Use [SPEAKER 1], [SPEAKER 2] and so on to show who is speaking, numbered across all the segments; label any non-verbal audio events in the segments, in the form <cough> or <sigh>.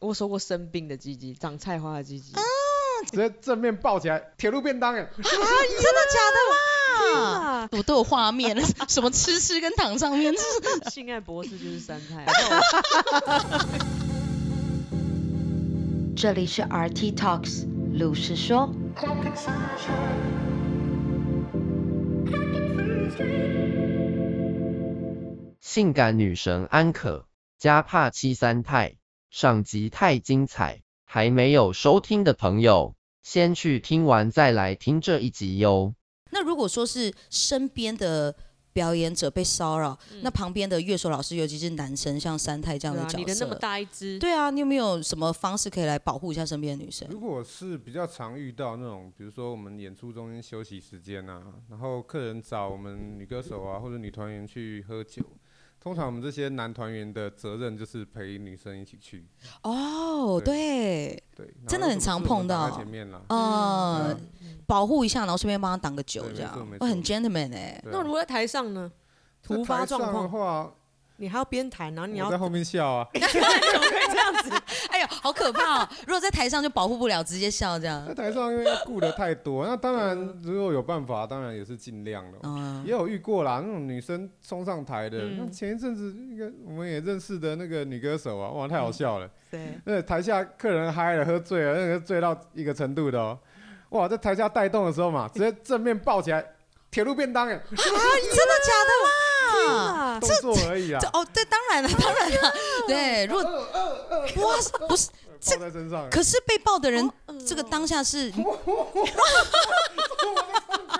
[SPEAKER 1] 我收过生病的鸡鸡，长菜花的鸡鸡。
[SPEAKER 2] 直接正面抱起来，铁路便当哎，
[SPEAKER 3] 真的假的啦？ <laughs>
[SPEAKER 1] 啊，
[SPEAKER 3] 我都有画面，什么吃吃跟躺上面，
[SPEAKER 1] 性爱博士就是三
[SPEAKER 3] <laughs>
[SPEAKER 1] 菜。
[SPEAKER 4] 这里是 RT Talks，鲁是说。
[SPEAKER 5] 性感女神安可加帕七三太，上集太精彩，还没有收听的朋友，先去听完再来听这一集哟。
[SPEAKER 3] 那如果说是身边的表演者被骚扰，那旁边的乐手老师，尤其是男生，像三太这样
[SPEAKER 1] 嗯对
[SPEAKER 3] 的
[SPEAKER 1] 啊
[SPEAKER 3] 角色，
[SPEAKER 1] 你的那么大一只，
[SPEAKER 3] 对啊，你有没有什么方式可以来保护一下身边的女生？
[SPEAKER 6] 如果是比较常遇到那种，比如说我们演出中间休息时间啊，然后客人找我们女歌手啊或者女团员去喝酒，通常我们这些男团员的责任就是陪女生一起去。
[SPEAKER 3] 哦，对，
[SPEAKER 6] 对，然后
[SPEAKER 3] 真的很常碰到啊
[SPEAKER 6] 有什么事我们挡在前面啦。
[SPEAKER 3] 呃，保护一下，然后顺便帮她挡个酒，
[SPEAKER 6] 对
[SPEAKER 3] 这样
[SPEAKER 6] 没错没，
[SPEAKER 3] 我很
[SPEAKER 6] 错
[SPEAKER 3] gentleman 哎、
[SPEAKER 6] 对啊
[SPEAKER 1] 那如果在台上呢？突发状
[SPEAKER 6] 在台上的
[SPEAKER 1] 况，
[SPEAKER 6] 话，
[SPEAKER 1] 你还要边弹，然后你要
[SPEAKER 6] 我在后面
[SPEAKER 1] <laughs>
[SPEAKER 6] 笑啊。
[SPEAKER 3] 哎呦，好可怕哦！ <laughs> 如果在台上就保护不了，直接笑这样
[SPEAKER 6] 在，台上因为要顾的太多，那当
[SPEAKER 1] 嗯
[SPEAKER 6] 然如果有办法，当然也是尽量的。
[SPEAKER 3] 嗯，
[SPEAKER 6] 也有遇过啦，那种女生冲上台的。
[SPEAKER 1] 嗯
[SPEAKER 6] 那前一阵子那个我们也认识的那个女歌手啊，哇，太好笑了。
[SPEAKER 1] <laughs> 对，
[SPEAKER 6] 那台下客人嗨了，喝醉了，那个醉到一个程度的哦，哇，在台下带动的时候嘛，直接正面抱起来，铁路便当哎，
[SPEAKER 3] 啊真的
[SPEAKER 6] <laughs>
[SPEAKER 3] 假的啦？
[SPEAKER 1] 啊，
[SPEAKER 6] 动作而已啊
[SPEAKER 3] 这， <laughs> 哦，对，当然了，当然了，对， <laughs> 如果哇塞，不是，
[SPEAKER 6] 抱在身上。
[SPEAKER 3] 可是被抱的人，
[SPEAKER 6] 哦
[SPEAKER 3] 这个当下是，这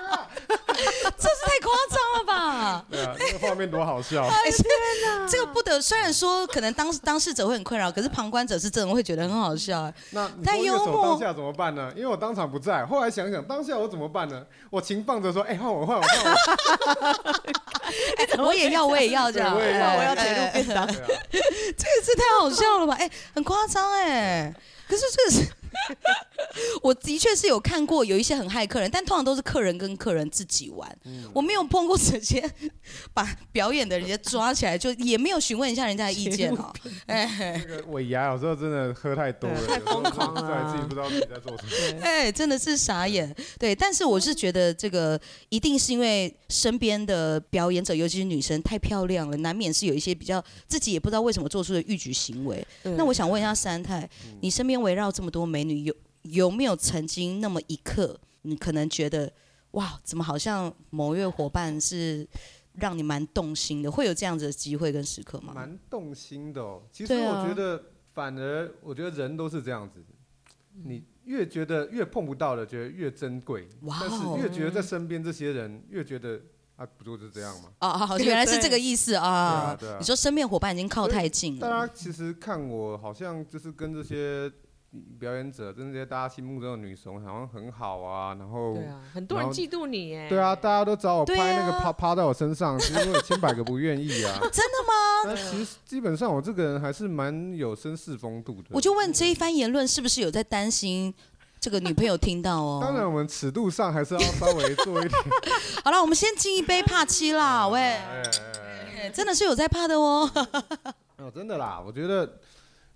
[SPEAKER 3] 是太夸张了吧？
[SPEAKER 6] 对啊，那个画面多
[SPEAKER 3] <laughs>
[SPEAKER 6] 好笑，
[SPEAKER 3] 哎，天哪！这个不得，虽然说可能
[SPEAKER 6] 啊
[SPEAKER 3] 当当事者会很困扰，可是旁观者是真的会觉得很好笑。哎
[SPEAKER 6] 那你
[SPEAKER 3] 太
[SPEAKER 6] 说乐
[SPEAKER 3] 幽
[SPEAKER 6] 手
[SPEAKER 3] 默
[SPEAKER 6] 当下怎么办呢？因为我当场不在，后来想想当下我怎么办呢？我情放着说，哎，换我换我换我，哎
[SPEAKER 3] 我也要，我也要这样，
[SPEAKER 6] 对我也要
[SPEAKER 3] 哎
[SPEAKER 6] 我要
[SPEAKER 3] 哎
[SPEAKER 6] 铁路
[SPEAKER 3] 哎
[SPEAKER 1] 便当，
[SPEAKER 6] 对啊，
[SPEAKER 3] 这次太好笑了吧？哎，很夸张哎。可是这是， <laughs> 我的确是有看过有一些很害客人，但通常都是客人跟客人自己玩，我没有碰过直接把表演的人家抓起来，就也没有询问一下人家的意见哦。哎
[SPEAKER 6] 那个尾牙有时候真的喝太多了，
[SPEAKER 1] 对太疯狂了啊
[SPEAKER 6] 对，自己不知道自己在做什么。
[SPEAKER 3] 哎，真的是傻眼。对，但是我是觉得这个一定是因为身边的表演者，尤其是女生太漂亮了，难免是有一些比较自己也不知道为什么做出的逾矩行为。那我想问一下三太，你身边围绕这么多美女，有有没有曾经那么一刻，你可能觉得哇，怎么好像某位伙伴是让你蛮动心的？会有这样子的机会跟时刻吗？
[SPEAKER 6] 蛮动心的哦。其实
[SPEAKER 3] 对啊
[SPEAKER 6] 我觉得，反而我觉得人都是这样子，你越觉得越碰不到的，觉得越珍贵。
[SPEAKER 3] 哇
[SPEAKER 6] 但
[SPEAKER 3] 嗯哦
[SPEAKER 6] 是越觉得在身边这些人，越觉得啊，不就是这样吗？
[SPEAKER 3] 啊啊，原来是这个意思啊！
[SPEAKER 6] 对啊对啊
[SPEAKER 3] 你说身边伙伴已经靠太近
[SPEAKER 6] 大
[SPEAKER 3] 了，
[SPEAKER 6] 家其实看我好像就是跟这些表演者，跟这些大家心目中的女神好像很好啊，然后
[SPEAKER 1] 对。啊，很多人嫉妒你哎，
[SPEAKER 6] 对啊，大家都找我拍
[SPEAKER 3] 对啊
[SPEAKER 6] 那个趴趴在我身上，其实我有千百个不愿意啊。
[SPEAKER 3] <laughs> 真的吗？
[SPEAKER 6] 但其实基本上我这个人还是蛮有绅士风度的。
[SPEAKER 3] 我就问这一番言论是不是有在担心这个女朋友听到哦？
[SPEAKER 6] <laughs> 当然，我们尺度上还是要稍微做一点。
[SPEAKER 3] 好了，我们先敬一杯帕七啦，喂，
[SPEAKER 6] 哎哎哎
[SPEAKER 3] 哎真的是有在怕的哦。
[SPEAKER 6] <laughs> 哦，真的啦，我觉得，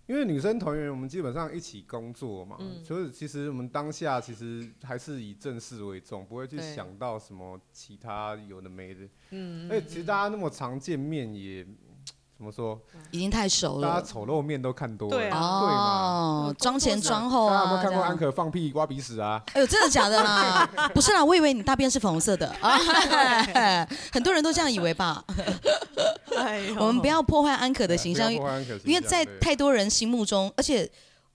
[SPEAKER 6] 因为女生团员我们基本上一起工作嘛，
[SPEAKER 3] 嗯
[SPEAKER 6] 所以其实我们当下其实还是以正事为重，不会去
[SPEAKER 1] 对
[SPEAKER 6] 想到什么其他有的没的。
[SPEAKER 1] 嗯，
[SPEAKER 6] 而且哎其实大家那么常见面也。怎么说？
[SPEAKER 3] 已经太熟
[SPEAKER 6] 大家
[SPEAKER 3] 了。
[SPEAKER 6] 丑陋面都看多了，
[SPEAKER 1] 对啊
[SPEAKER 6] 嘛？
[SPEAKER 3] 哦，妆哦前妆后
[SPEAKER 6] 大家有
[SPEAKER 3] 啊，
[SPEAKER 6] 没有看
[SPEAKER 3] 这
[SPEAKER 6] 过安
[SPEAKER 3] 样。
[SPEAKER 6] 可放屁挖鼻屎啊？
[SPEAKER 3] <laughs> 哎呦，真的假的
[SPEAKER 6] <laughs>
[SPEAKER 3] 啦？不是啦，我以为你大便是粉红色的 <laughs> 啊，很多人都这样以为
[SPEAKER 6] <laughs>
[SPEAKER 3] 吧。
[SPEAKER 1] 哎呦
[SPEAKER 3] 我们不要破坏安可的形象，
[SPEAKER 6] 啊不要
[SPEAKER 3] 因
[SPEAKER 6] 破坏安可形象
[SPEAKER 3] 为在
[SPEAKER 6] 对
[SPEAKER 3] 太多人心目中，而且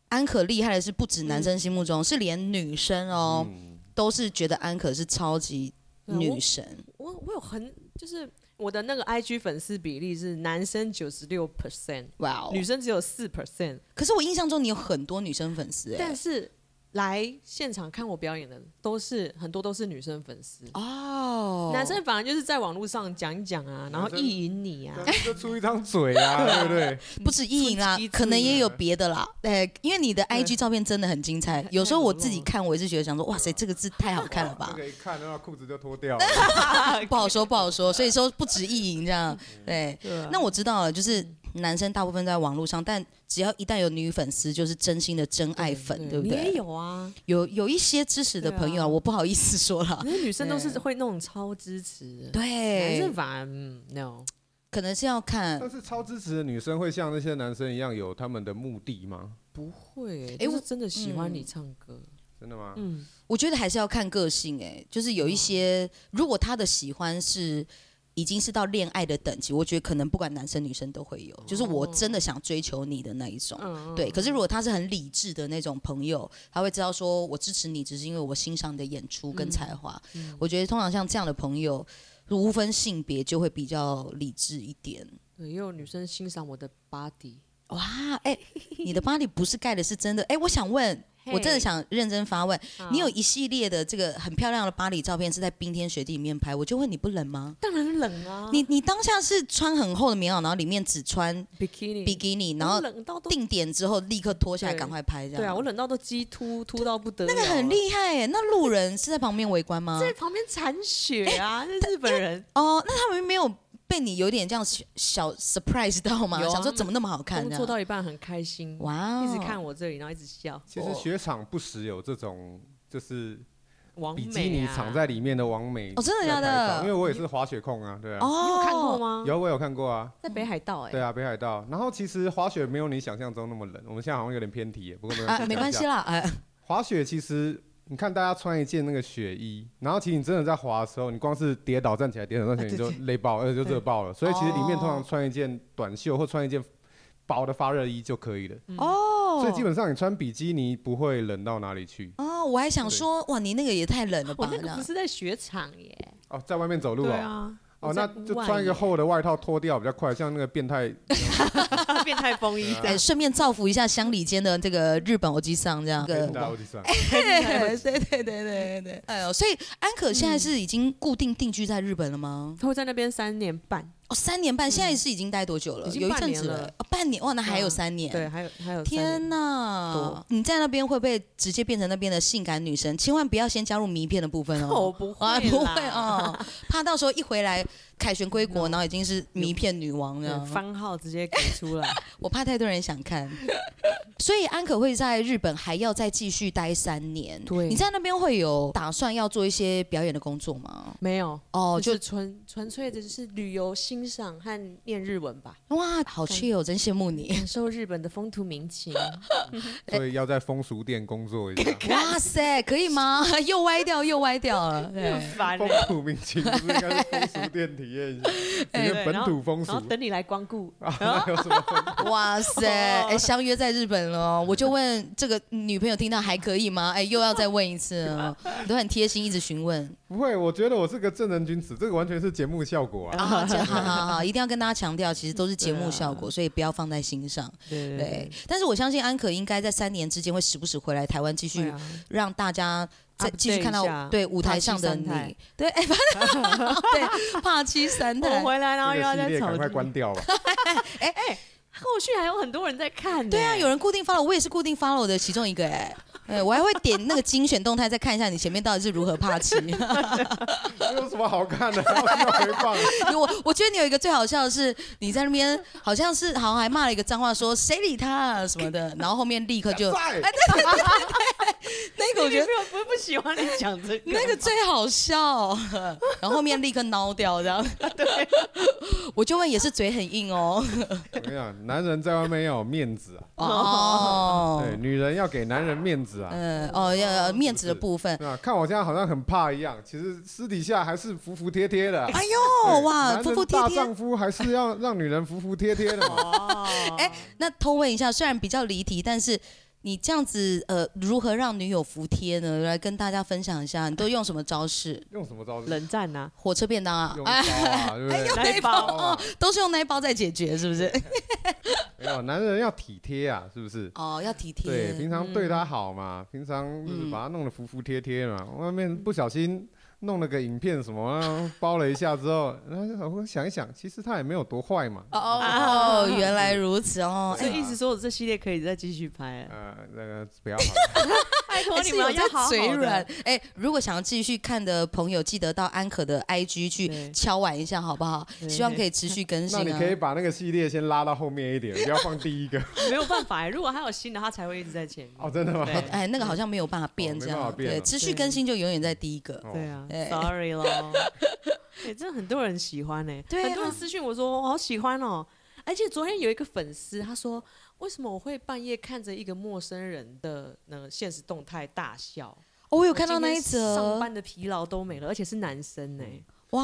[SPEAKER 3] 安可厉害的是，不止男生心目中，是连女生哦
[SPEAKER 6] 嗯
[SPEAKER 3] 都是觉得安可是超级女神。
[SPEAKER 1] 我我有很就是我的那个 IG 粉丝比例是男生九十六 percent，
[SPEAKER 3] 哇哦
[SPEAKER 1] 女！生只有四 percent，
[SPEAKER 3] 可是我印象中你有很多女生粉丝哎
[SPEAKER 1] 但。是来现场看我表演的都是很多都是女生粉丝。
[SPEAKER 3] 哦
[SPEAKER 1] 男生反而就是在网络上讲一讲啊，然后意淫你啊，
[SPEAKER 6] 但 <laughs> 是就出一张嘴啊，
[SPEAKER 3] <laughs>
[SPEAKER 6] 对不对？
[SPEAKER 3] 不止意淫啦
[SPEAKER 1] 春季，之
[SPEAKER 3] 可能也有
[SPEAKER 6] 类
[SPEAKER 3] 别的啦。哎，因为你的 IG 照片真的很精彩，有时候我自己看，我也是觉得想说，哇塞，这个字太好看了
[SPEAKER 6] <laughs>
[SPEAKER 3] 吧
[SPEAKER 6] 那。个一看，那裤子就脱掉了。
[SPEAKER 3] 不好说，不好说。所以说不止意淫这样，对。那我知道了，就是男生大部分在网络上，但只要一旦有女粉丝，就是真心的真爱粉，对不
[SPEAKER 1] 你也
[SPEAKER 3] 对？
[SPEAKER 1] 有啊，
[SPEAKER 3] 有有一些支持的朋友
[SPEAKER 1] 对
[SPEAKER 3] 啊，
[SPEAKER 1] 啊
[SPEAKER 3] 我不好意思说了
[SPEAKER 1] 可。是女生都是
[SPEAKER 3] 对
[SPEAKER 1] 会那种超支持的，男
[SPEAKER 3] 对
[SPEAKER 1] 生，反而嗯 no，
[SPEAKER 3] 可能是要看
[SPEAKER 6] <laughs> 但是超支持的女生会像那些男生一样有他们的目的吗？
[SPEAKER 1] 不会，哎、
[SPEAKER 3] 哎我
[SPEAKER 1] 是真的喜欢你
[SPEAKER 3] 嗯
[SPEAKER 1] 唱歌，
[SPEAKER 6] 真的吗？
[SPEAKER 1] 嗯，
[SPEAKER 3] 我觉得还是要看个性、欸，就是有一些，如果他的喜欢是已经是到恋爱的等级，我觉得可能不管男生女生都会有，就是我真的想追求你的那一种。对，可是如果他是很理智的那种朋友，他会知道说我支持你，只是因为我欣赏你的演出跟才华。我觉得通常像这样的朋友，无分性别就会比较理智一点。
[SPEAKER 1] 对，也有女生欣赏我的 body，
[SPEAKER 3] 哇，哎、你的 body 不是盖的，是真的。哎、我想问，我真的
[SPEAKER 1] 嘿嗯
[SPEAKER 3] 想认真发问，你有一系列的这个很漂亮的巴黎照片是在冰天雪地里面拍，我就问你不冷吗？
[SPEAKER 1] 当然冷啊，
[SPEAKER 3] 你你当下是穿很厚的棉袄，然后里面只穿
[SPEAKER 1] bikini，
[SPEAKER 3] 比基尼，然后
[SPEAKER 1] 我冷到都
[SPEAKER 3] 定点之后立刻脱下来
[SPEAKER 1] 对
[SPEAKER 3] 赶快拍这样。
[SPEAKER 1] 对啊，我冷到都鸡突突到不得了
[SPEAKER 3] 那
[SPEAKER 1] 啊，
[SPEAKER 3] 个很厉害啊耶，那路人是在旁边围观吗？
[SPEAKER 1] 在旁边铲雪啊，
[SPEAKER 3] <laughs>
[SPEAKER 1] 那日本人
[SPEAKER 3] 哦，那他们没有被你有点这样小小 surprise 到吗？
[SPEAKER 1] 有啊
[SPEAKER 3] 想说怎么那么好看
[SPEAKER 1] 工
[SPEAKER 3] 这
[SPEAKER 1] 作
[SPEAKER 3] 样？
[SPEAKER 1] 到一半很开心，
[SPEAKER 3] 哇哦，
[SPEAKER 1] 一直看我这里，然后一直笑，
[SPEAKER 6] 其实雪场不时有这种，就是
[SPEAKER 1] 王美
[SPEAKER 6] 比
[SPEAKER 1] 啊，
[SPEAKER 6] 基尼藏在里面的王美
[SPEAKER 3] 哦真的假的
[SPEAKER 6] 在拍照因为我也是滑雪控啊，对啊，
[SPEAKER 3] 哦，
[SPEAKER 1] 你有看过？吗？
[SPEAKER 6] 有我有看过啊，
[SPEAKER 1] 在北海道
[SPEAKER 3] 欸
[SPEAKER 1] 哎、
[SPEAKER 6] 对啊，北海道。然后其实滑雪没有你想象中那么冷，我们现在好像有点偏题耶，不过没关系、
[SPEAKER 3] 啊，没关系。啦，哎、
[SPEAKER 1] <laughs>
[SPEAKER 6] 滑雪其实你看大家穿一件那个雪衣，然后其实你真的在滑的时候，你光是跌倒站起来，跌倒站起
[SPEAKER 1] 啊
[SPEAKER 6] 来你就累爆，而且就热爆了。所以其实里面通常穿一件短袖或穿一件薄的发热衣就可以了。
[SPEAKER 1] 嗯
[SPEAKER 3] 哦，
[SPEAKER 6] 所以基本上你穿比基尼不会冷到哪里去
[SPEAKER 3] 哦，我还想说，哇，你那个也太冷了
[SPEAKER 1] 我
[SPEAKER 3] 吧？
[SPEAKER 1] 那
[SPEAKER 3] 这
[SPEAKER 1] 个
[SPEAKER 3] 样
[SPEAKER 1] 不是在雪场耶，
[SPEAKER 6] 哦，在外面走路
[SPEAKER 1] 对
[SPEAKER 6] 哦。
[SPEAKER 1] 啊，
[SPEAKER 6] 哦，
[SPEAKER 1] 我在
[SPEAKER 6] 那
[SPEAKER 1] 屋
[SPEAKER 6] 就
[SPEAKER 1] 外
[SPEAKER 6] 穿一个
[SPEAKER 1] <laughs> 耶
[SPEAKER 6] 厚的外套脱掉比较快，像那个变态
[SPEAKER 1] 变态风衣，
[SPEAKER 6] 啊
[SPEAKER 3] 哎，顺便造福一下乡里间的这个日本欧吉桑这样。
[SPEAKER 6] 变
[SPEAKER 3] 个
[SPEAKER 6] 态欧弟
[SPEAKER 1] <laughs>
[SPEAKER 6] 上。 <laughs>
[SPEAKER 3] 对对对对对对，哎呦，所以安可现在是已经固定定居在日本了吗？
[SPEAKER 1] 他会在那边三年半，
[SPEAKER 3] 哦，三年半，现在是已经待多久了？
[SPEAKER 1] 已经
[SPEAKER 3] 有一
[SPEAKER 1] 半
[SPEAKER 3] 阵
[SPEAKER 1] 年
[SPEAKER 3] 子
[SPEAKER 1] 了，
[SPEAKER 3] 哦，半年哇，那还有
[SPEAKER 1] 嗯
[SPEAKER 3] 三年。
[SPEAKER 1] 对，还有还有三年
[SPEAKER 3] 天呐
[SPEAKER 1] 多！
[SPEAKER 3] 你在那边会不会直接变成那边的性感女神？千万不要先加入迷片的部分
[SPEAKER 1] 我
[SPEAKER 3] 哦。
[SPEAKER 1] 不会
[SPEAKER 3] 啊，
[SPEAKER 1] 啦，
[SPEAKER 3] 不会哦，怕到时候一回来凯旋 <laughs> 归国，然后已经是迷片女王
[SPEAKER 1] 对
[SPEAKER 3] 了。
[SPEAKER 1] 番号直接给出
[SPEAKER 3] <laughs>
[SPEAKER 1] 来，
[SPEAKER 3] 我怕太多人想 <laughs> 看，所以安可会在日本还要再继续待三年。
[SPEAKER 1] 对
[SPEAKER 3] 你在那边会有打算要做一些表演的工作吗？
[SPEAKER 1] 没有。
[SPEAKER 3] 哦，
[SPEAKER 1] 就
[SPEAKER 3] 就是
[SPEAKER 1] 纯纯粹的，就是旅游、欣赏和念日文吧，
[SPEAKER 3] 哇，好 chill，真哦羡慕你！
[SPEAKER 1] 感受日本的风土民情。
[SPEAKER 6] 所以要在风俗店工作一下。
[SPEAKER 3] <laughs> 哇塞，可以吗？ <laughs> 又歪掉，又歪掉了。对，
[SPEAKER 1] 烦欸
[SPEAKER 6] 风土民情不是应该是风俗店体验一
[SPEAKER 1] <laughs>
[SPEAKER 6] 下，体
[SPEAKER 1] 哎对
[SPEAKER 6] 验本土风俗
[SPEAKER 1] 然后。等你来光顾，
[SPEAKER 6] 有 <laughs> 什么分
[SPEAKER 3] 哇塞，哎，相约在日本了，哦我就问这个女朋友听到还可以吗？哎，又要再问一次 <laughs> 了，你都很贴心，一直询问。
[SPEAKER 6] 不会，我觉得我是个正人君子，这个完全是节目效果啊。
[SPEAKER 3] 啊，这好好好，一定要跟大家强调，其实都是节目效果，所以不要放在心上。
[SPEAKER 1] 对
[SPEAKER 3] 对，但是我相信安可应该在三年之间会时不时回来台湾，继续让大家再
[SPEAKER 1] 啊 Update
[SPEAKER 3] 继续看
[SPEAKER 1] 啊一
[SPEAKER 3] 到
[SPEAKER 1] 下
[SPEAKER 3] 对舞台上的
[SPEAKER 1] 帕七三
[SPEAKER 3] 你
[SPEAKER 1] 太。
[SPEAKER 3] 对，哎，怕 <laughs> 对帕七三
[SPEAKER 1] 我
[SPEAKER 3] 太。
[SPEAKER 1] 回来然后
[SPEAKER 6] 这
[SPEAKER 1] 又
[SPEAKER 6] 个
[SPEAKER 1] 要
[SPEAKER 6] 系
[SPEAKER 1] 再
[SPEAKER 6] 列
[SPEAKER 1] 吵
[SPEAKER 6] 赶快
[SPEAKER 1] 架。
[SPEAKER 3] <laughs>
[SPEAKER 6] 关掉吧。
[SPEAKER 1] 后续还有很多人在看呢。
[SPEAKER 3] 对啊，有人固定 follow，我也是固定 follow 的其中一个哎、哎，我还会点那个精选动态，再看一下你前面到底是如何帕 <laughs> 七。
[SPEAKER 6] 这有什么好看的？要看回放。 <laughs>
[SPEAKER 3] 我我觉得你有一个最好笑的是，你在那边好像是好像还骂了一个脏话说，谁理他、啊、什么的，然后后面立刻就哎
[SPEAKER 6] 在
[SPEAKER 3] 那个我觉得
[SPEAKER 1] 没有不不喜欢你讲这个，
[SPEAKER 3] <laughs> 那个最好笑， <laughs> 然后后面立刻挠掉这样。 <laughs> 对，我就问也是嘴很硬 <laughs> 哦。
[SPEAKER 6] 我跟你讲，男人在外面要有面子啊，
[SPEAKER 3] 哦，
[SPEAKER 6] 对，女人要给男人面子啊。
[SPEAKER 3] 嗯，哦，要要面子的部分。
[SPEAKER 6] 对啊，看我现在好像很怕一样，其实私底下还是服服帖帖的啊。
[SPEAKER 3] 哎
[SPEAKER 6] 对
[SPEAKER 3] 呦哇，
[SPEAKER 6] 男人
[SPEAKER 3] 服服帖
[SPEAKER 6] 大
[SPEAKER 3] 帖
[SPEAKER 6] 丈。夫还是要让女人服服帖帖的嘛。
[SPEAKER 1] 哦
[SPEAKER 3] 哎，那偷问一下，虽然比较离题，但是你这样子呃，如何让女友服帖呢？来跟大家分享一下，你都用什么招式？
[SPEAKER 6] 用什么招式？
[SPEAKER 1] 冷战呐，
[SPEAKER 3] 火车便当啊
[SPEAKER 6] 用，
[SPEAKER 3] <laughs>
[SPEAKER 6] 刀
[SPEAKER 3] 哎，
[SPEAKER 6] 啊，对不对？
[SPEAKER 1] 来一
[SPEAKER 6] 刀
[SPEAKER 1] 包
[SPEAKER 6] 啊
[SPEAKER 3] 都是用那一包在解决，是不是？
[SPEAKER 6] 没有，男人要体贴啊，是不是？
[SPEAKER 3] 哦，要体
[SPEAKER 6] 对，
[SPEAKER 3] 贴嗯
[SPEAKER 6] 平。常对他好嘛，平常就是把他弄得服服帖帖嘛，外面不小心弄了个影片什么，然后包了一下之后， <laughs> 然后就好我想一想，其实他也没有多坏嘛。
[SPEAKER 3] 哦，原来如此
[SPEAKER 6] <laughs>
[SPEAKER 3] 哦。
[SPEAKER 1] 所以一直说我这系列可以再继续拍、啊，
[SPEAKER 6] 呃，那个不要
[SPEAKER 3] <laughs>
[SPEAKER 6] 好了，
[SPEAKER 7] 拜托
[SPEAKER 3] 还
[SPEAKER 7] 你
[SPEAKER 3] 哎是
[SPEAKER 7] 们
[SPEAKER 3] 有
[SPEAKER 7] 要
[SPEAKER 3] 在
[SPEAKER 7] 好好
[SPEAKER 3] 嘴
[SPEAKER 7] 的
[SPEAKER 3] 软，哎、如果想要继续看的朋友，记得到安可的 IG 去
[SPEAKER 1] 对
[SPEAKER 3] 敲碗一下，好不好？
[SPEAKER 1] 对
[SPEAKER 3] 希望可以持续更新
[SPEAKER 6] 那你
[SPEAKER 3] 啊。
[SPEAKER 6] 可以把那个系列先拉到后面一点，不要放第
[SPEAKER 3] <laughs>
[SPEAKER 6] 一个。
[SPEAKER 1] 没有办法、欸，如果他有新的，他才会一直在前面。
[SPEAKER 6] 哦，真的吗？
[SPEAKER 1] 对
[SPEAKER 3] <laughs> 哎，那个好像没有办法变
[SPEAKER 6] 哦
[SPEAKER 3] 这
[SPEAKER 6] 没办
[SPEAKER 3] 样，
[SPEAKER 6] 法变
[SPEAKER 3] 对，
[SPEAKER 6] 了
[SPEAKER 3] 持续更新就永远在第一个。
[SPEAKER 6] 哦
[SPEAKER 1] 对啊
[SPEAKER 3] 对
[SPEAKER 1] ，sorry
[SPEAKER 3] <laughs>
[SPEAKER 1] 咯。哎、真的很多人喜欢呢、欸
[SPEAKER 3] 对啊
[SPEAKER 1] 很多人私信我说我好喜欢哦、而且昨天有一个粉丝他说，为什么我会半夜看着一个陌生人的那个现实动态大笑？
[SPEAKER 3] 哦，我有
[SPEAKER 1] 我
[SPEAKER 3] 看到
[SPEAKER 1] 今
[SPEAKER 3] 那
[SPEAKER 1] 天
[SPEAKER 3] 一
[SPEAKER 1] 上
[SPEAKER 3] 则，
[SPEAKER 1] 班的疲劳都没了，而且是男生呢、欸
[SPEAKER 3] <laughs> 哇，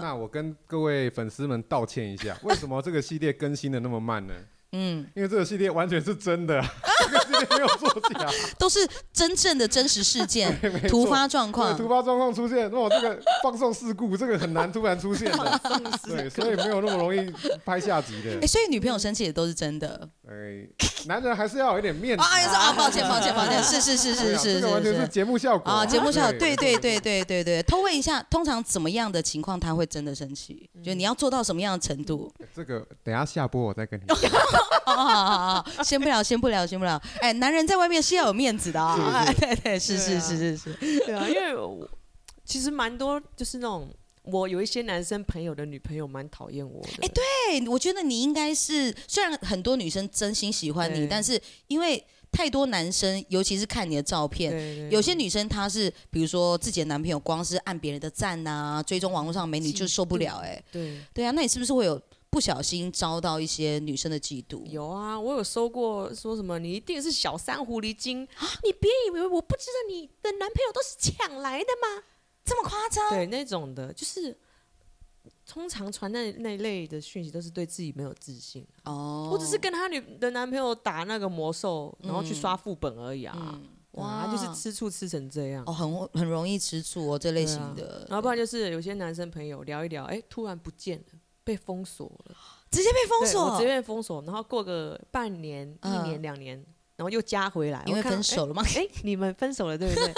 [SPEAKER 6] <laughs> 那我跟各位粉丝们道歉一下，为什么这个系列更新的那么慢呢？
[SPEAKER 3] 嗯，
[SPEAKER 6] 因为这个系列完全是真的啊，这个系列没有作假，
[SPEAKER 3] 都是真正的真实事
[SPEAKER 6] <laughs>
[SPEAKER 3] 件
[SPEAKER 6] 没错
[SPEAKER 3] 突发状
[SPEAKER 6] 对
[SPEAKER 3] 况
[SPEAKER 6] 突。发状况出现，那我这个放送事故，这个很难突然
[SPEAKER 3] <laughs>
[SPEAKER 6] 出现的，对，所以没有那么容易拍下集的
[SPEAKER 3] <laughs> 哎、。所以女朋友生气也都是真的。
[SPEAKER 6] 哎，男人还是要有一点面子
[SPEAKER 3] 啊，哎说
[SPEAKER 6] <laughs> 啊。
[SPEAKER 3] 啊，抱歉，抱歉，抱
[SPEAKER 6] <laughs>
[SPEAKER 3] 歉，是是是
[SPEAKER 6] 对
[SPEAKER 3] 是
[SPEAKER 6] 啊
[SPEAKER 3] 是
[SPEAKER 6] 这个完
[SPEAKER 3] 是
[SPEAKER 6] 全是
[SPEAKER 3] 是。
[SPEAKER 6] 节目效果
[SPEAKER 3] 啊，节目上对
[SPEAKER 6] 哦对
[SPEAKER 3] 对对对对对，偷问一下，通常怎么样的情况他会真的生气？就你要做到什么样的程度？
[SPEAKER 6] 这个等一下下播我再跟你讲。
[SPEAKER 3] 哦，好好好，先不聊，先不聊，先不聊。哎，男人在外面是要有面子的啊！哎，对对，是
[SPEAKER 1] 对
[SPEAKER 3] 是
[SPEAKER 1] 啊
[SPEAKER 3] 是是是，
[SPEAKER 1] 对啊，因为我其实蛮多就是那种。我有一些男生朋友的女朋友蛮讨厌我的，
[SPEAKER 3] 哎
[SPEAKER 1] 对，
[SPEAKER 3] 对，我觉得你应该是，虽然很多女生真心喜欢你，
[SPEAKER 1] 对
[SPEAKER 3] 但是因为太多男生，尤其是看你的照片。
[SPEAKER 1] 对
[SPEAKER 3] 有些女生她是，比如说自己的男朋友光是按别人的赞呐、追踪网络上美女就受不了哎、
[SPEAKER 1] 对
[SPEAKER 3] 对啊，那你是不是会有不小心遭到一些女生的嫉妒？
[SPEAKER 1] 有啊，我有收过说什么你一定是小三狐狸精，
[SPEAKER 3] 啊
[SPEAKER 1] 你别以为我不知道你的男朋友都是抢来的嘛，
[SPEAKER 3] 这么夸张？
[SPEAKER 1] 对那种的，就是通常传那那类的讯息都是对自己没有自信，
[SPEAKER 3] 哦，
[SPEAKER 1] 我只是跟她女的男朋友打那个魔兽，然后去刷副本而已啊，哇，
[SPEAKER 3] 嗯哇
[SPEAKER 1] 就是吃醋吃成这样。
[SPEAKER 3] 哦，很很容易吃醋哦，这类
[SPEAKER 1] 对
[SPEAKER 3] 型
[SPEAKER 1] 啊
[SPEAKER 3] 的，
[SPEAKER 1] 然后不然就是有些男生朋友聊一聊，哎，突然不见了，被封锁了，
[SPEAKER 3] 直接被封
[SPEAKER 1] 对我
[SPEAKER 3] 锁
[SPEAKER 1] 直，接被封锁，然后过个半年、
[SPEAKER 3] 嗯
[SPEAKER 1] 一年、两年，然后又加回来，
[SPEAKER 3] 因为
[SPEAKER 1] 我看到
[SPEAKER 3] 分。手了吗？
[SPEAKER 1] 哎，哎你们分手了对不
[SPEAKER 3] <laughs>
[SPEAKER 1] 对？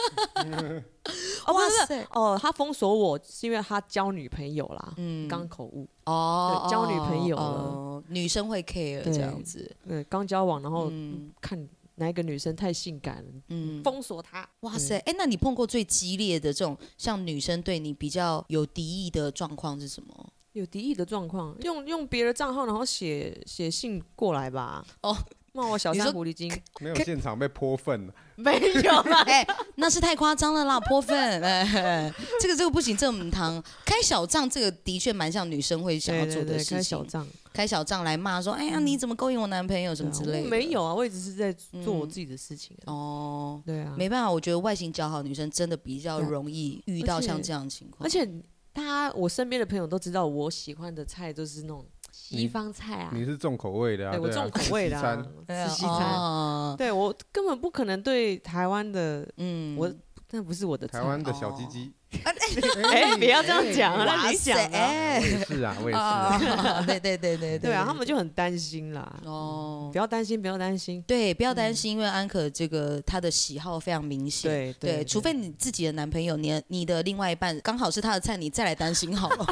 [SPEAKER 1] 哦，不是
[SPEAKER 3] 哇
[SPEAKER 1] 不
[SPEAKER 3] 塞
[SPEAKER 1] 是，哦，他封锁我是因为他交女朋友啦，
[SPEAKER 3] <laughs> 嗯，
[SPEAKER 1] 刚口误，
[SPEAKER 3] 哦
[SPEAKER 1] 对交女朋友了
[SPEAKER 3] 哦，女生会 care
[SPEAKER 1] 对
[SPEAKER 3] 这样子，
[SPEAKER 1] 嗯，刚交往，然后
[SPEAKER 3] 嗯
[SPEAKER 1] 看哪一个女生太性感了，
[SPEAKER 3] 嗯，
[SPEAKER 1] 封锁她。
[SPEAKER 3] 哇塞，哎，那你碰过最激烈的这种像女生对你比较有敌意的状况是什么？ <laughs>
[SPEAKER 1] 有敌意的状况，用用别的账号，然后写写信过来吧。
[SPEAKER 3] 哦，
[SPEAKER 1] 骂我小
[SPEAKER 3] 你说
[SPEAKER 1] 三狐狸精，
[SPEAKER 6] 没有现场被泼粪了，
[SPEAKER 3] 没有啦，哎，那是太夸张了啦，泼粪，哎，这个这个不行，这个母汤开小账，这个的确蛮像女生会想要
[SPEAKER 1] 对
[SPEAKER 3] 做
[SPEAKER 1] 对
[SPEAKER 3] 的
[SPEAKER 1] 对
[SPEAKER 3] 事
[SPEAKER 1] 开小
[SPEAKER 3] 情，
[SPEAKER 1] 账
[SPEAKER 3] 开小账来骂说，哎呀，你怎么勾引我男朋友什么之
[SPEAKER 1] 嗯对啊
[SPEAKER 3] 类
[SPEAKER 1] 我
[SPEAKER 3] 的，
[SPEAKER 1] 没有啊，我也只是在做我
[SPEAKER 3] 嗯
[SPEAKER 1] 自己的事情啊。
[SPEAKER 3] 哦，
[SPEAKER 1] 对啊，
[SPEAKER 3] 没办法，我觉得外形姣好的女生真的比较容易遇到像这样的情况，
[SPEAKER 1] 而且他，我身边的朋友都知道，我喜欢的菜都是那种西
[SPEAKER 6] 你
[SPEAKER 1] 方菜啊，
[SPEAKER 6] 你是重口味的啊，
[SPEAKER 1] 对我
[SPEAKER 6] 对啊
[SPEAKER 1] 重口味的、啊
[SPEAKER 6] 西餐，
[SPEAKER 1] <laughs> 吃西餐。
[SPEAKER 3] 哦，
[SPEAKER 1] 对我根本不可能对台湾的，
[SPEAKER 3] 嗯
[SPEAKER 1] 我 <laughs> 那不是我的菜
[SPEAKER 6] 台。湾的小鸡
[SPEAKER 3] <laughs>
[SPEAKER 6] 鸡。
[SPEAKER 1] 哎，不要这样讲啊，那
[SPEAKER 3] 哇
[SPEAKER 1] 你讲
[SPEAKER 3] 塞
[SPEAKER 1] 啊？
[SPEAKER 6] 我
[SPEAKER 3] 哎，
[SPEAKER 6] 也是啊，我也是啊。
[SPEAKER 3] 啊， <laughs> 对对对对
[SPEAKER 1] 对啊，他们就嗯很担心啦。
[SPEAKER 3] 哦
[SPEAKER 1] 不。要担心，不要担心。
[SPEAKER 3] 对，不要担心，因为安可这个她的喜好非常明显。
[SPEAKER 1] 嗯对
[SPEAKER 3] 除非你自己的男朋友，你的你的另外一半刚好是他的菜，你再来担心好
[SPEAKER 1] <laughs>
[SPEAKER 3] 了。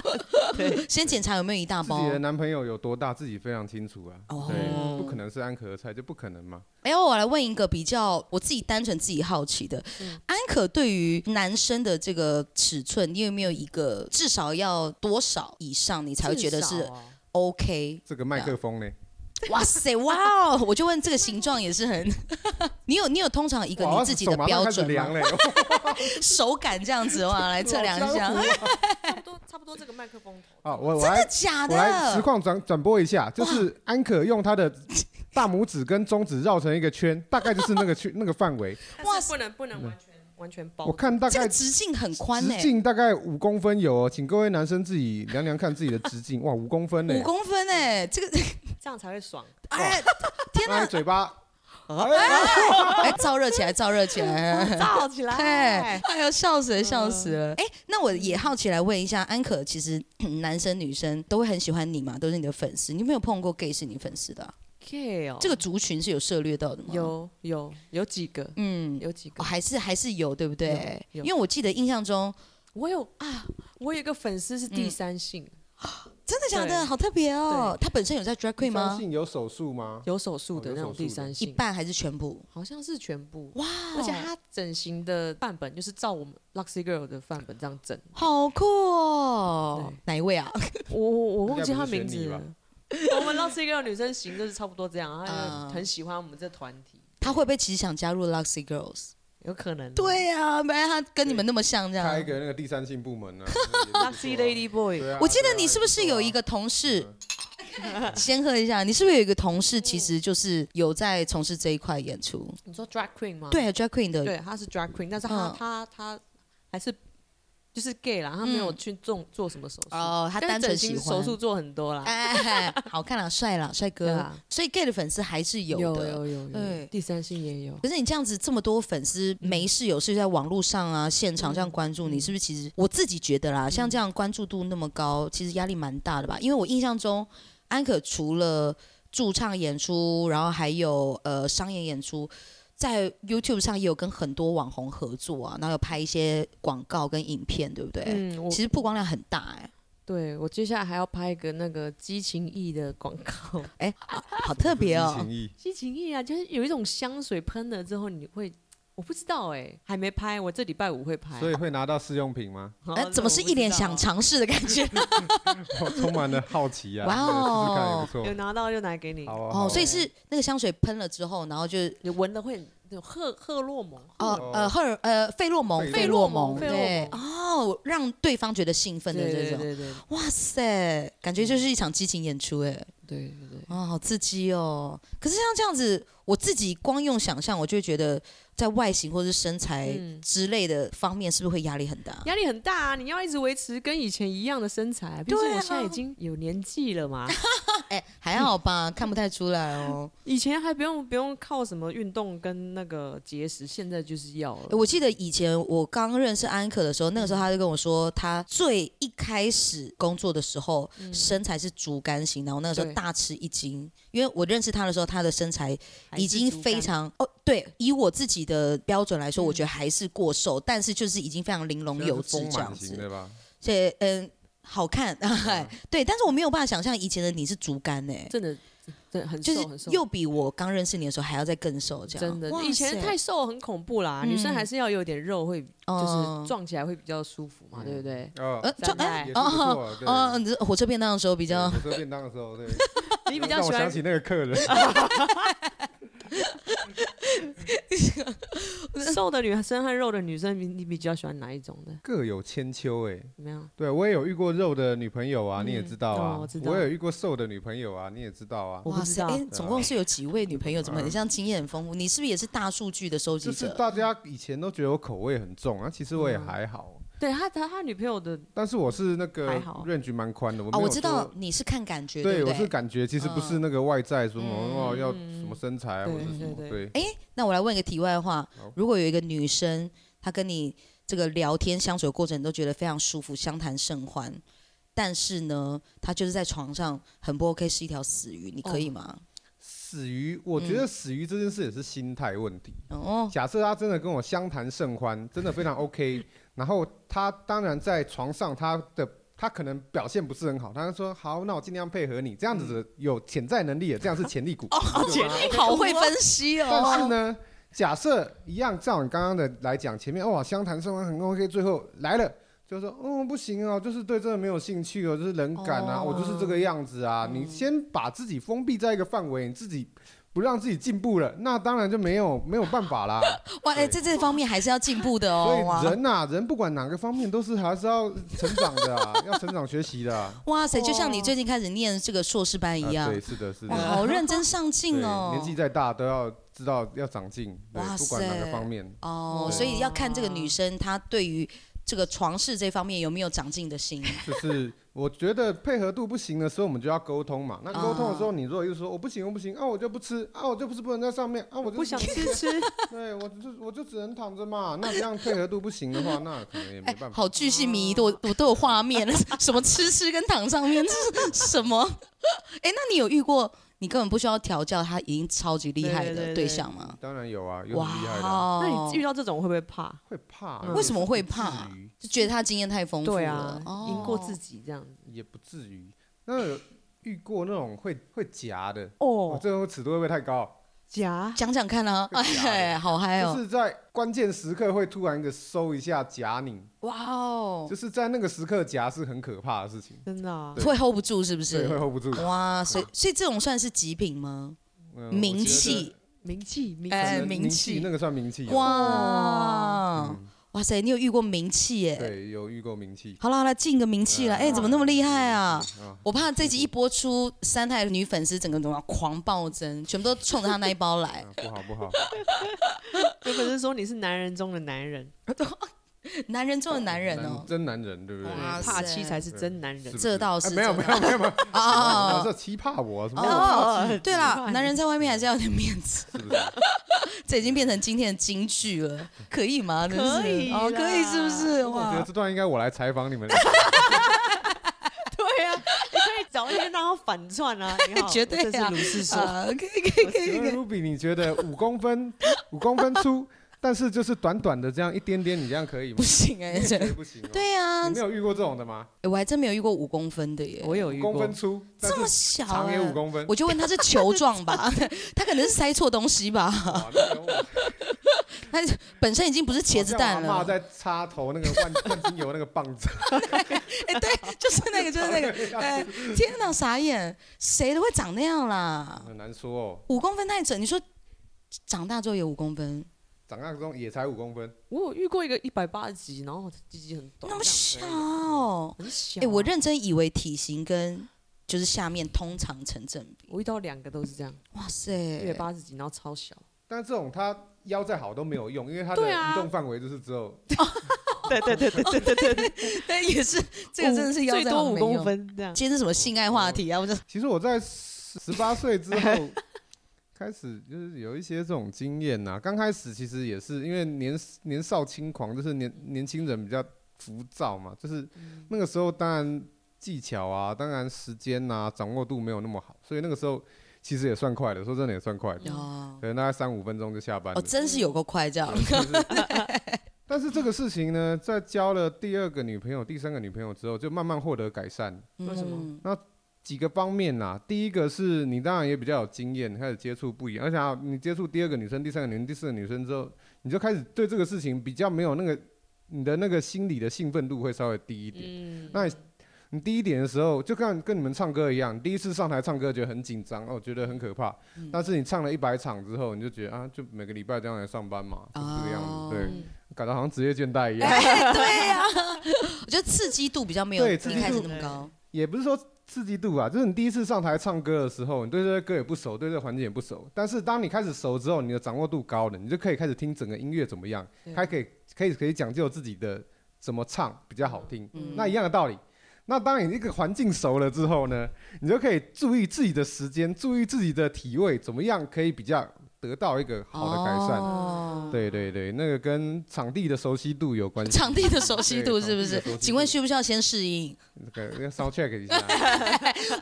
[SPEAKER 1] 对，
[SPEAKER 3] 先检查有没有一大
[SPEAKER 6] 自
[SPEAKER 3] 包
[SPEAKER 6] 己。的男朋友有多大，自己非常清楚啊。
[SPEAKER 3] 哦
[SPEAKER 6] 对，不可能是安可的菜，就不可能嘛。
[SPEAKER 3] 哎，我来问一个比较我自己单纯自己好奇的，
[SPEAKER 1] 嗯
[SPEAKER 3] 安可对于男生的这个尺寸，你有没有一个至少要多少以上， <laughs> 你才会觉得
[SPEAKER 1] 至
[SPEAKER 3] 是
[SPEAKER 1] 少啊
[SPEAKER 3] OK？
[SPEAKER 6] 这个麦克风呢？
[SPEAKER 3] 哇塞，哇哦！ <laughs> 我就问这个形状也是很， <laughs> 你有你有通常一个
[SPEAKER 6] 哇
[SPEAKER 3] 啊你自己的
[SPEAKER 6] 手马上
[SPEAKER 3] 标
[SPEAKER 6] 开始
[SPEAKER 3] 准
[SPEAKER 6] 量
[SPEAKER 3] 吗？<laughs>
[SPEAKER 6] 嘞，
[SPEAKER 3] 手感这样子哇，来测量一下，哎
[SPEAKER 6] 老
[SPEAKER 3] 真的
[SPEAKER 1] 差不多，差不多这个麦克风头。
[SPEAKER 6] 啊，我我来
[SPEAKER 3] 假
[SPEAKER 6] 我来实
[SPEAKER 3] 的？
[SPEAKER 6] 况转转播一下，就是安可用他的大拇指跟中指绕成一个圈，大概就是那个圈那个范围。
[SPEAKER 1] 哇，不能不能完全完全包
[SPEAKER 6] 我。看大
[SPEAKER 3] 这
[SPEAKER 6] 概
[SPEAKER 3] 个
[SPEAKER 6] 直
[SPEAKER 3] 直径很宽欸呢，
[SPEAKER 6] 径大概五公分有哦，请各位男生自己量量看自己的直径，哇，五公分呢
[SPEAKER 3] 五。公分哎，这个
[SPEAKER 1] 这样才会爽。
[SPEAKER 3] 哎天
[SPEAKER 6] 哎，
[SPEAKER 3] 哪！
[SPEAKER 6] 嘴巴
[SPEAKER 3] <laughs> 哎，燥热起来，燥热起
[SPEAKER 6] <laughs>
[SPEAKER 3] 来。
[SPEAKER 1] 燥起
[SPEAKER 3] 哎
[SPEAKER 1] 来，
[SPEAKER 3] 哎呦，笑死了，笑死了！哎、那我也好奇来问一下，安可其实 <clears throat> 男生女生都会很喜欢你嘛，都是你的粉丝。你有没有碰过 gay 是你粉丝的啊、
[SPEAKER 1] ！K 哦，
[SPEAKER 3] 这个族群是有涉猎到的吗？，
[SPEAKER 1] 有有有几个，
[SPEAKER 3] 嗯，
[SPEAKER 1] 有几个啊
[SPEAKER 3] 哦、还是还是有，对不对？
[SPEAKER 1] 有有
[SPEAKER 3] 因为我记得印象中，
[SPEAKER 1] 我有啊，我有一个粉丝是第三性，
[SPEAKER 3] 真的假的？
[SPEAKER 1] 对
[SPEAKER 3] 好特别哦！他本身有在 drag queen
[SPEAKER 6] 三
[SPEAKER 3] 吗？
[SPEAKER 6] 性有手术吗？
[SPEAKER 1] 有手术的
[SPEAKER 6] 哦有
[SPEAKER 1] 那种
[SPEAKER 6] 手术
[SPEAKER 1] 第
[SPEAKER 6] 的
[SPEAKER 1] 三
[SPEAKER 3] 一
[SPEAKER 1] 性，
[SPEAKER 3] 半还是全部？
[SPEAKER 1] 好像是全部。
[SPEAKER 3] 哇！
[SPEAKER 1] 而且他整形的范本就是照我们 Luxy Girl 的范本这样整，
[SPEAKER 3] 好酷哦
[SPEAKER 1] 对！
[SPEAKER 3] 哪一位啊？
[SPEAKER 1] 我我我忘记
[SPEAKER 6] 应该
[SPEAKER 1] 他
[SPEAKER 6] 不是
[SPEAKER 1] 名字
[SPEAKER 6] 选你吧
[SPEAKER 1] 了。我们 Luxy Girl 女生型就是差不多这样，她
[SPEAKER 3] 嗯
[SPEAKER 1] 就很喜欢我们这团体，
[SPEAKER 3] <laughs> 他会不会其实想加入 Luxy Girls？
[SPEAKER 1] 有可能。
[SPEAKER 3] 对啊，本来他跟你们那么像这样。
[SPEAKER 6] 开一个那个第三性部
[SPEAKER 3] <laughs>
[SPEAKER 6] 门呢、啊
[SPEAKER 1] Luxy Lady Boy，
[SPEAKER 6] 对啊
[SPEAKER 3] 我记得
[SPEAKER 6] 对啊
[SPEAKER 3] 你是不是有一个
[SPEAKER 1] <laughs>
[SPEAKER 3] 同事？先喝一下，你是不是有一个同事，其实就是有在从事这一块演出？
[SPEAKER 1] 你说 Drag Queen 吗？
[SPEAKER 3] 对，drag queen 的，
[SPEAKER 1] 对，他是 drag queen，但是他、
[SPEAKER 3] 嗯
[SPEAKER 1] 他他还是就是 gay 啦，他没有
[SPEAKER 3] 嗯
[SPEAKER 1] 去做做什么手术，
[SPEAKER 3] 哦，他
[SPEAKER 1] 但
[SPEAKER 3] 单
[SPEAKER 1] 是整
[SPEAKER 3] 纯喜
[SPEAKER 1] 形
[SPEAKER 3] 欢
[SPEAKER 1] 手术做很多啦，
[SPEAKER 3] 哎，好看啦，帅啦，帅
[SPEAKER 1] 对
[SPEAKER 3] 哥
[SPEAKER 1] 啊，
[SPEAKER 3] 所以 gay 的粉丝还是有
[SPEAKER 1] 有
[SPEAKER 3] 的。
[SPEAKER 1] 有有
[SPEAKER 3] 对
[SPEAKER 1] 有，第三性也有。
[SPEAKER 3] 可是你这样子这么多粉丝，没事有事在网络上啊、现
[SPEAKER 1] 嗯
[SPEAKER 3] 场这样关注你，是不是？其实我自己觉得啦，像这样关注度那么高，其实压力蛮大的吧？因为我印象中，安可除了驻唱演出，然后还有呃商业演出。在 YouTube 上也有跟很多网红合作啊，然后有拍一些广告跟影片，对不对？
[SPEAKER 1] 嗯，我
[SPEAKER 3] 其实曝光量很大哎、
[SPEAKER 1] 对我接下来还要拍一个那个激情意的广告，
[SPEAKER 3] 哎好特别
[SPEAKER 6] 激
[SPEAKER 3] 哦
[SPEAKER 6] 情。意
[SPEAKER 1] <laughs> 激情意啊，就是有一种香水喷了之后你会。我不知道哎、还没拍，我这礼拜五会拍。
[SPEAKER 6] 所以会拿到试用
[SPEAKER 3] <laughs>
[SPEAKER 6] 品吗？
[SPEAKER 1] 好
[SPEAKER 3] 哎、
[SPEAKER 1] 这
[SPEAKER 3] 怎么
[SPEAKER 1] 我
[SPEAKER 3] 是
[SPEAKER 1] 不
[SPEAKER 3] 一脸
[SPEAKER 1] 知道
[SPEAKER 3] 想尝试的感觉？
[SPEAKER 6] 我哦充满了好奇啊！
[SPEAKER 3] 哇哦
[SPEAKER 6] 这个试
[SPEAKER 1] 有
[SPEAKER 6] 试看也不
[SPEAKER 1] 拿到就拿给你
[SPEAKER 6] 错。，好啊好
[SPEAKER 3] 哦，
[SPEAKER 6] 啊
[SPEAKER 3] 所以是那个香水喷了之后，然后就
[SPEAKER 1] 你闻了会有荷荷洛蒙，
[SPEAKER 3] 哦，呃，
[SPEAKER 6] 哦
[SPEAKER 3] 荷尔呃，费洛蒙，
[SPEAKER 6] 费
[SPEAKER 3] 洛
[SPEAKER 1] 洛
[SPEAKER 3] 蒙，
[SPEAKER 1] 蒙
[SPEAKER 3] 对
[SPEAKER 1] 费，洛
[SPEAKER 3] 哦，让对方觉得兴奋的
[SPEAKER 1] 对
[SPEAKER 3] 这
[SPEAKER 1] 对
[SPEAKER 3] 种，
[SPEAKER 1] 对对
[SPEAKER 3] 哇塞，感觉就是一场激情演出，哎，
[SPEAKER 1] 对对对。
[SPEAKER 3] 啊，好刺激哦！可是像这样子，我自己光用想象，我就会觉得在外形或是身材
[SPEAKER 1] 嗯
[SPEAKER 3] 之类的方面，是不是会压力很大？
[SPEAKER 1] 压力很大啊！你要一直维持跟以前一样的身材，毕竟
[SPEAKER 3] 对啊
[SPEAKER 1] 我现在已经有年纪了嘛。
[SPEAKER 3] 哎，还好吧，看不太出来哦。
[SPEAKER 1] 以前还不用不用靠什么运动跟那个节食，现在就是要
[SPEAKER 3] 欸
[SPEAKER 1] 了。
[SPEAKER 3] 我记得以前我刚认识安可的时候，那个时候他就跟我说，他最一开始工作的时候，身材是竹竿型，然后那个时候
[SPEAKER 1] 嗯对
[SPEAKER 3] 大吃一惊，因为我认识他的时候，他的身材
[SPEAKER 1] 还是
[SPEAKER 3] 已经
[SPEAKER 1] 竹竿
[SPEAKER 3] 非常哦，对，以我自己的标准来说，
[SPEAKER 1] 嗯
[SPEAKER 3] 我觉得还是过瘦，但是就是已经非常玲珑有致
[SPEAKER 6] 现在
[SPEAKER 3] 这
[SPEAKER 6] 是丰
[SPEAKER 3] 样
[SPEAKER 6] 满型
[SPEAKER 3] 子，
[SPEAKER 6] 的嗯吧？
[SPEAKER 3] 所以嗯，好看， <laughs> 对，但是我没有办法想象以前的你是竹竿呢、
[SPEAKER 1] 真的真的很
[SPEAKER 3] 就
[SPEAKER 1] 瘦很
[SPEAKER 3] 是
[SPEAKER 1] 瘦，
[SPEAKER 3] 又比我刚认识你的时候还要再更瘦，这样
[SPEAKER 1] 真的
[SPEAKER 3] 哇
[SPEAKER 1] 以前
[SPEAKER 3] 塞
[SPEAKER 1] 太瘦很恐怖啦。
[SPEAKER 3] 嗯
[SPEAKER 1] 女生还是要有点肉，会就是
[SPEAKER 3] 嗯
[SPEAKER 1] 撞起来会比较舒服嘛，对不对？
[SPEAKER 6] 哦，
[SPEAKER 3] 呃就
[SPEAKER 1] 三
[SPEAKER 3] 哎
[SPEAKER 1] 代
[SPEAKER 6] 也是不错
[SPEAKER 3] 哦
[SPEAKER 6] 啊，对
[SPEAKER 3] 哦，你是火车便当的时候比
[SPEAKER 6] 比
[SPEAKER 3] 较
[SPEAKER 6] 火车便当的时候，对，
[SPEAKER 3] 嗯
[SPEAKER 1] 你比较
[SPEAKER 6] 让
[SPEAKER 1] 喜
[SPEAKER 6] 我
[SPEAKER 1] 欢
[SPEAKER 6] 想起那个
[SPEAKER 3] <laughs>
[SPEAKER 6] 客人，
[SPEAKER 1] <laughs> 瘦的女生和肉的女生，你你比较喜欢哪一种的？
[SPEAKER 6] 各有千秋哎。
[SPEAKER 1] 怎么样？
[SPEAKER 6] 对，我也有遇过肉的女朋友啊，你也
[SPEAKER 1] 嗯
[SPEAKER 6] 知道啊
[SPEAKER 1] 哦，我知
[SPEAKER 6] 我
[SPEAKER 1] 道
[SPEAKER 6] 也有遇过瘦的女朋友啊，你也知道啊。
[SPEAKER 1] 我不知道
[SPEAKER 3] 哇塞诶哎总共是有几位女朋友？怎么很像经验很丰富？你是不是也是大数据的收集
[SPEAKER 6] 嗯就是
[SPEAKER 3] 者？
[SPEAKER 6] 大家以前都觉得我口味很重啊，其实我也还好，
[SPEAKER 1] 对他他他女朋友的
[SPEAKER 6] 但是我是那个
[SPEAKER 1] 还好
[SPEAKER 6] range 蛮宽的，我没
[SPEAKER 3] 哦，
[SPEAKER 6] 有
[SPEAKER 3] 我知道
[SPEAKER 6] 说。
[SPEAKER 3] 你是看感觉，
[SPEAKER 6] 对，
[SPEAKER 3] 不
[SPEAKER 6] 我是
[SPEAKER 3] 对？
[SPEAKER 6] 感觉，其实不是那个外在说什么哦要什么身材啊或
[SPEAKER 1] 对
[SPEAKER 6] 者是什么，
[SPEAKER 1] 对
[SPEAKER 6] 对
[SPEAKER 1] 对，
[SPEAKER 3] 那我来问一个题外话：如果有一个女生，她跟你这个聊天相处的过程，你都觉得非常舒服，相谈甚欢，但是呢，她就是在床上很不 OK，是一条死鱼，你可
[SPEAKER 6] 哦
[SPEAKER 3] 以吗？
[SPEAKER 6] 死鱼，我觉得死鱼这件事也是心态问题。
[SPEAKER 3] 哦，
[SPEAKER 6] 假设他真的跟我相谈甚欢，真的非常 OK，然 <laughs> 后他当然在床上他的他可能表现不是很好，他就说好，那我尽量配合你，这样子有潜在能力的，这样是潜力股。
[SPEAKER 3] 姐好会分析
[SPEAKER 6] 但是
[SPEAKER 3] 哦。
[SPEAKER 6] 呢，假设一样，照你刚刚的来讲，前面哇相谈甚欢很 OK，最后来了。就说，嗯，不行哦，就是对这个没有兴趣哦，就是冷感啊，
[SPEAKER 3] 哦
[SPEAKER 6] 我就是这个样子啊。你先把自己封闭在一个范围，你自己不让自己进步了，那当然就没有没有办
[SPEAKER 3] <laughs>
[SPEAKER 6] 法啦。
[SPEAKER 3] 哇，哎，在这方面还是要进步的
[SPEAKER 6] 所
[SPEAKER 3] 哦。
[SPEAKER 6] 以
[SPEAKER 3] 哇，
[SPEAKER 6] 人呐、啊人不管哪个方面都是还是要成长的啊，要成长学习的啊。
[SPEAKER 3] 哇塞，就像你最近开始念这个硕士班 <laughs> 一
[SPEAKER 6] 啊
[SPEAKER 3] 样
[SPEAKER 6] 对，，是的，是
[SPEAKER 3] 哇，
[SPEAKER 6] 的。 <laughs>
[SPEAKER 3] 好认真上
[SPEAKER 6] 对，
[SPEAKER 3] 进哦。
[SPEAKER 6] 年纪再大都要知道要长进，对
[SPEAKER 3] 哇，
[SPEAKER 6] 不管哪
[SPEAKER 3] 塞
[SPEAKER 6] 个方面。
[SPEAKER 3] 哦，
[SPEAKER 6] 对啊
[SPEAKER 3] 所以要看这个女生她对于这个床事这方面有没有长进的心。
[SPEAKER 6] 就是我觉得配合度不行的时候，我们就要沟通嘛。那沟通的时
[SPEAKER 3] 哦
[SPEAKER 6] 候，你如果又说我不行，我不行啊，我就不吃啊，我就不是不能在上面啊，我就
[SPEAKER 1] 不想
[SPEAKER 3] <laughs>
[SPEAKER 1] 吃吃，
[SPEAKER 6] 对我就我就只能躺着嘛。那这样配合度不行的话，那可能也没办法。
[SPEAKER 3] 哎好巨细靡遗，都
[SPEAKER 6] <laughs>
[SPEAKER 3] 有我都有画面 <laughs> 了，什么吃吃跟躺上面， <laughs> 这是什 <laughs> 么？哎，那你有遇过你根本不需要调教，他已经超级厉害
[SPEAKER 1] 对对
[SPEAKER 3] 的
[SPEAKER 1] 对
[SPEAKER 3] 对象吗？
[SPEAKER 6] 当然有啊，有
[SPEAKER 3] 哇
[SPEAKER 6] 很厉害的啊，
[SPEAKER 1] 那
[SPEAKER 3] 哦
[SPEAKER 1] 你遇到这种会不会怕？
[SPEAKER 6] 会怕啊
[SPEAKER 1] 嗯，
[SPEAKER 3] 为什么会
[SPEAKER 6] 不至
[SPEAKER 3] 怕
[SPEAKER 6] 于
[SPEAKER 3] 就觉得他经验太丰富了，
[SPEAKER 1] 对啊，
[SPEAKER 3] 哦
[SPEAKER 1] 赢过自己这样子。
[SPEAKER 6] 也不至于。那有遇过那种会会夹的，哦，
[SPEAKER 1] 哦，
[SPEAKER 6] 这个尺度会不会太高？
[SPEAKER 1] 夹
[SPEAKER 3] 讲讲看啊， <laughs> 哎，好嗨
[SPEAKER 6] 就
[SPEAKER 3] 哦，
[SPEAKER 6] 是在关键时刻会突然一个收一下夹你，
[SPEAKER 3] 哇哦
[SPEAKER 6] 就，是在那个时刻夹是很可怕的事情，
[SPEAKER 1] 真的啊
[SPEAKER 6] 对
[SPEAKER 3] 会 hold 不住是不
[SPEAKER 6] 对，会
[SPEAKER 3] 是？
[SPEAKER 6] hold 不住。
[SPEAKER 3] 哇，所以所以这种算是极品吗？
[SPEAKER 6] 嗯
[SPEAKER 3] 名气，
[SPEAKER 1] 名气名
[SPEAKER 6] 我觉得可
[SPEAKER 3] 哎
[SPEAKER 1] 气，
[SPEAKER 6] 能呃名
[SPEAKER 3] 名气
[SPEAKER 6] 那个算名气。，
[SPEAKER 3] 哇
[SPEAKER 6] 嗯
[SPEAKER 3] 哇塞，你有遇过名气耶？
[SPEAKER 6] 对，嗯有遇过名气。
[SPEAKER 3] 好啦好啦，进个名气了，哎，怎么那么厉害啊？
[SPEAKER 6] 啊，
[SPEAKER 3] 我怕这集一播出，三太的女粉丝整个怎么狂暴增，全部都冲着他那一包来。
[SPEAKER 6] 啊不好不好，
[SPEAKER 1] 有可能说你是男人中的男人，
[SPEAKER 3] 男人中的男人
[SPEAKER 6] 嗯男
[SPEAKER 3] 哦，
[SPEAKER 6] 真男人，对不对？
[SPEAKER 3] 哇
[SPEAKER 1] 怕
[SPEAKER 3] 塞
[SPEAKER 1] 妻才是真男人
[SPEAKER 6] 是。
[SPEAKER 3] 这倒
[SPEAKER 6] 哎
[SPEAKER 3] 是
[SPEAKER 6] 没有没有没有没有，
[SPEAKER 3] 啊啊！
[SPEAKER 6] 我
[SPEAKER 3] 哦
[SPEAKER 6] 这欺怕我什么？
[SPEAKER 3] 哦，
[SPEAKER 6] <laughs>
[SPEAKER 3] 对啦，
[SPEAKER 1] 奇怪
[SPEAKER 3] 男人在外面还是要有点面子，
[SPEAKER 6] 是不是？
[SPEAKER 3] <laughs> 这已经变成今天的金句了，可以吗？真是
[SPEAKER 1] 可以啦
[SPEAKER 3] 哦，可以是不是？
[SPEAKER 6] 我觉得
[SPEAKER 3] 哇，
[SPEAKER 6] 呃这段应该我来采访
[SPEAKER 3] <laughs>
[SPEAKER 6] 你们。
[SPEAKER 1] 对呀、啊，你可以找一些让他反串啊！你 <laughs> 好
[SPEAKER 3] 绝对啊
[SPEAKER 1] 这是鲁氏说，
[SPEAKER 3] 啊，可以可以可以
[SPEAKER 6] 请
[SPEAKER 3] 可
[SPEAKER 6] 问
[SPEAKER 3] 以，
[SPEAKER 6] Ruby，你觉得五公分五公分粗，但是就是短短的这样一点点，你这样可以吗
[SPEAKER 3] 不？行哎，
[SPEAKER 6] 你也觉
[SPEAKER 3] 这
[SPEAKER 6] 得不行哦。
[SPEAKER 3] 对啊
[SPEAKER 6] 你没，有遇过这种的
[SPEAKER 3] <laughs>
[SPEAKER 6] 吗？
[SPEAKER 3] 哎我还真没有遇过五公分的耶，
[SPEAKER 1] <laughs> 我有
[SPEAKER 6] 五
[SPEAKER 1] 遇
[SPEAKER 6] 公
[SPEAKER 1] 过
[SPEAKER 6] 分，粗，
[SPEAKER 3] 这么
[SPEAKER 6] 但是
[SPEAKER 3] 小
[SPEAKER 6] 长
[SPEAKER 3] 哎
[SPEAKER 6] 也五公分。
[SPEAKER 3] 我就问他是球状
[SPEAKER 6] <laughs>
[SPEAKER 3] 吧，他可能是塞错东西吧，
[SPEAKER 6] 哇那种
[SPEAKER 3] 本身已经不是茄子蛋
[SPEAKER 6] 好像我阿
[SPEAKER 3] 了
[SPEAKER 6] 嬷。在插头那个万万金油那个棒子，
[SPEAKER 3] 哎、对，就是那个，就是那
[SPEAKER 6] <laughs>
[SPEAKER 3] 个，哎，天哪，傻眼，谁都会长那样啦，
[SPEAKER 6] 很难说哦。
[SPEAKER 3] 五公分太整，你说长大之后有五公分，
[SPEAKER 6] 长大中也才五公分，
[SPEAKER 1] 我有遇过一个一百八十几，然后鸡鸡很短，
[SPEAKER 3] 那么
[SPEAKER 1] 这样
[SPEAKER 3] 小哦，
[SPEAKER 1] 很小、啊
[SPEAKER 3] 哎、我认真以为体型跟就是下面通常成正比，
[SPEAKER 1] 我遇到两个都是这样，
[SPEAKER 3] 哇
[SPEAKER 1] 一百
[SPEAKER 3] 塞，
[SPEAKER 1] 八十几，然后超小。
[SPEAKER 6] 但这种它腰再好都没有用，因为它的
[SPEAKER 1] 对啊
[SPEAKER 6] 移动范围就是只有
[SPEAKER 1] 对对对对对对 <laughs> 对，
[SPEAKER 3] 但 <laughs> 也是这个真的是腰
[SPEAKER 1] 最
[SPEAKER 3] 在
[SPEAKER 1] 多
[SPEAKER 3] 旁
[SPEAKER 1] 五
[SPEAKER 3] 边用
[SPEAKER 1] 公。分这样。
[SPEAKER 3] 今天是什么性爱话题啊？我就
[SPEAKER 6] 其实我在十八岁之后开始就是有一些这种经验呐、刚开始其实也是因为年年少轻狂，就是年年轻人比较浮躁嘛，就是
[SPEAKER 3] 嗯
[SPEAKER 6] 那个时候当然技巧啊，当然时间呐、掌握度没有那么好，所以那个时候其实也算快的，说真的也算快的，
[SPEAKER 3] 哦
[SPEAKER 6] 可能大概三五分钟就下班了。
[SPEAKER 3] 哦，真是有够快这样，
[SPEAKER 6] 但是这个事情呢，在交了第二个女朋友、第三个女朋友之后，就慢慢获得改善。
[SPEAKER 1] 为什么
[SPEAKER 3] 嗯？
[SPEAKER 6] 几个方面呐、第一个是你当然也比较有经验，开始接触不一样，而且、啊、你接触第二个女生、第三个女生、第四个女生之后，你就开始对这个事情比较没有那个你的那个心理的兴奋度会稍微低一点。
[SPEAKER 1] 嗯，
[SPEAKER 6] 那你你低一点的时候，就跟跟你们唱歌一样，第一次上台唱歌觉得很紧张，哦，觉得很可怕。但是你唱了一百场之后，你就觉得啊，就每个礼拜这样来上班嘛，就是这个样子，
[SPEAKER 3] 哦
[SPEAKER 1] 嗯
[SPEAKER 6] 对，感到好像职业倦怠一样。
[SPEAKER 3] 哎
[SPEAKER 6] <laughs>
[SPEAKER 3] 对呀、 <laughs> 我觉得刺激度比较没有
[SPEAKER 6] 对
[SPEAKER 3] 一
[SPEAKER 6] 刺激度
[SPEAKER 3] 开始那么高。
[SPEAKER 6] 也不是说刺激度啊，就是你第一次上台唱歌的时候，你对这些歌也不熟，对这个环境也不熟。但是当你开始熟之后，你的掌握度高了，你就可以开始听整个音乐怎么样，还可以可以可以讲究自己的怎么唱比较好听。
[SPEAKER 3] 嗯
[SPEAKER 6] 那一样的道理。那当你这个环境熟了之后呢，你就可以注意自己的时间，注意自己的体位，怎么样可以比较得到一个哎好的改善。
[SPEAKER 3] 哦
[SPEAKER 6] 对对对，那个跟场地的熟悉度有关
[SPEAKER 3] <laughs>
[SPEAKER 6] 系。
[SPEAKER 3] 场地的熟悉度
[SPEAKER 6] 对
[SPEAKER 3] 是不
[SPEAKER 6] 场地的
[SPEAKER 3] 是
[SPEAKER 6] 熟悉？度
[SPEAKER 3] 请问需不需要先适应？ <laughs>
[SPEAKER 6] 那个要 sound check 一下。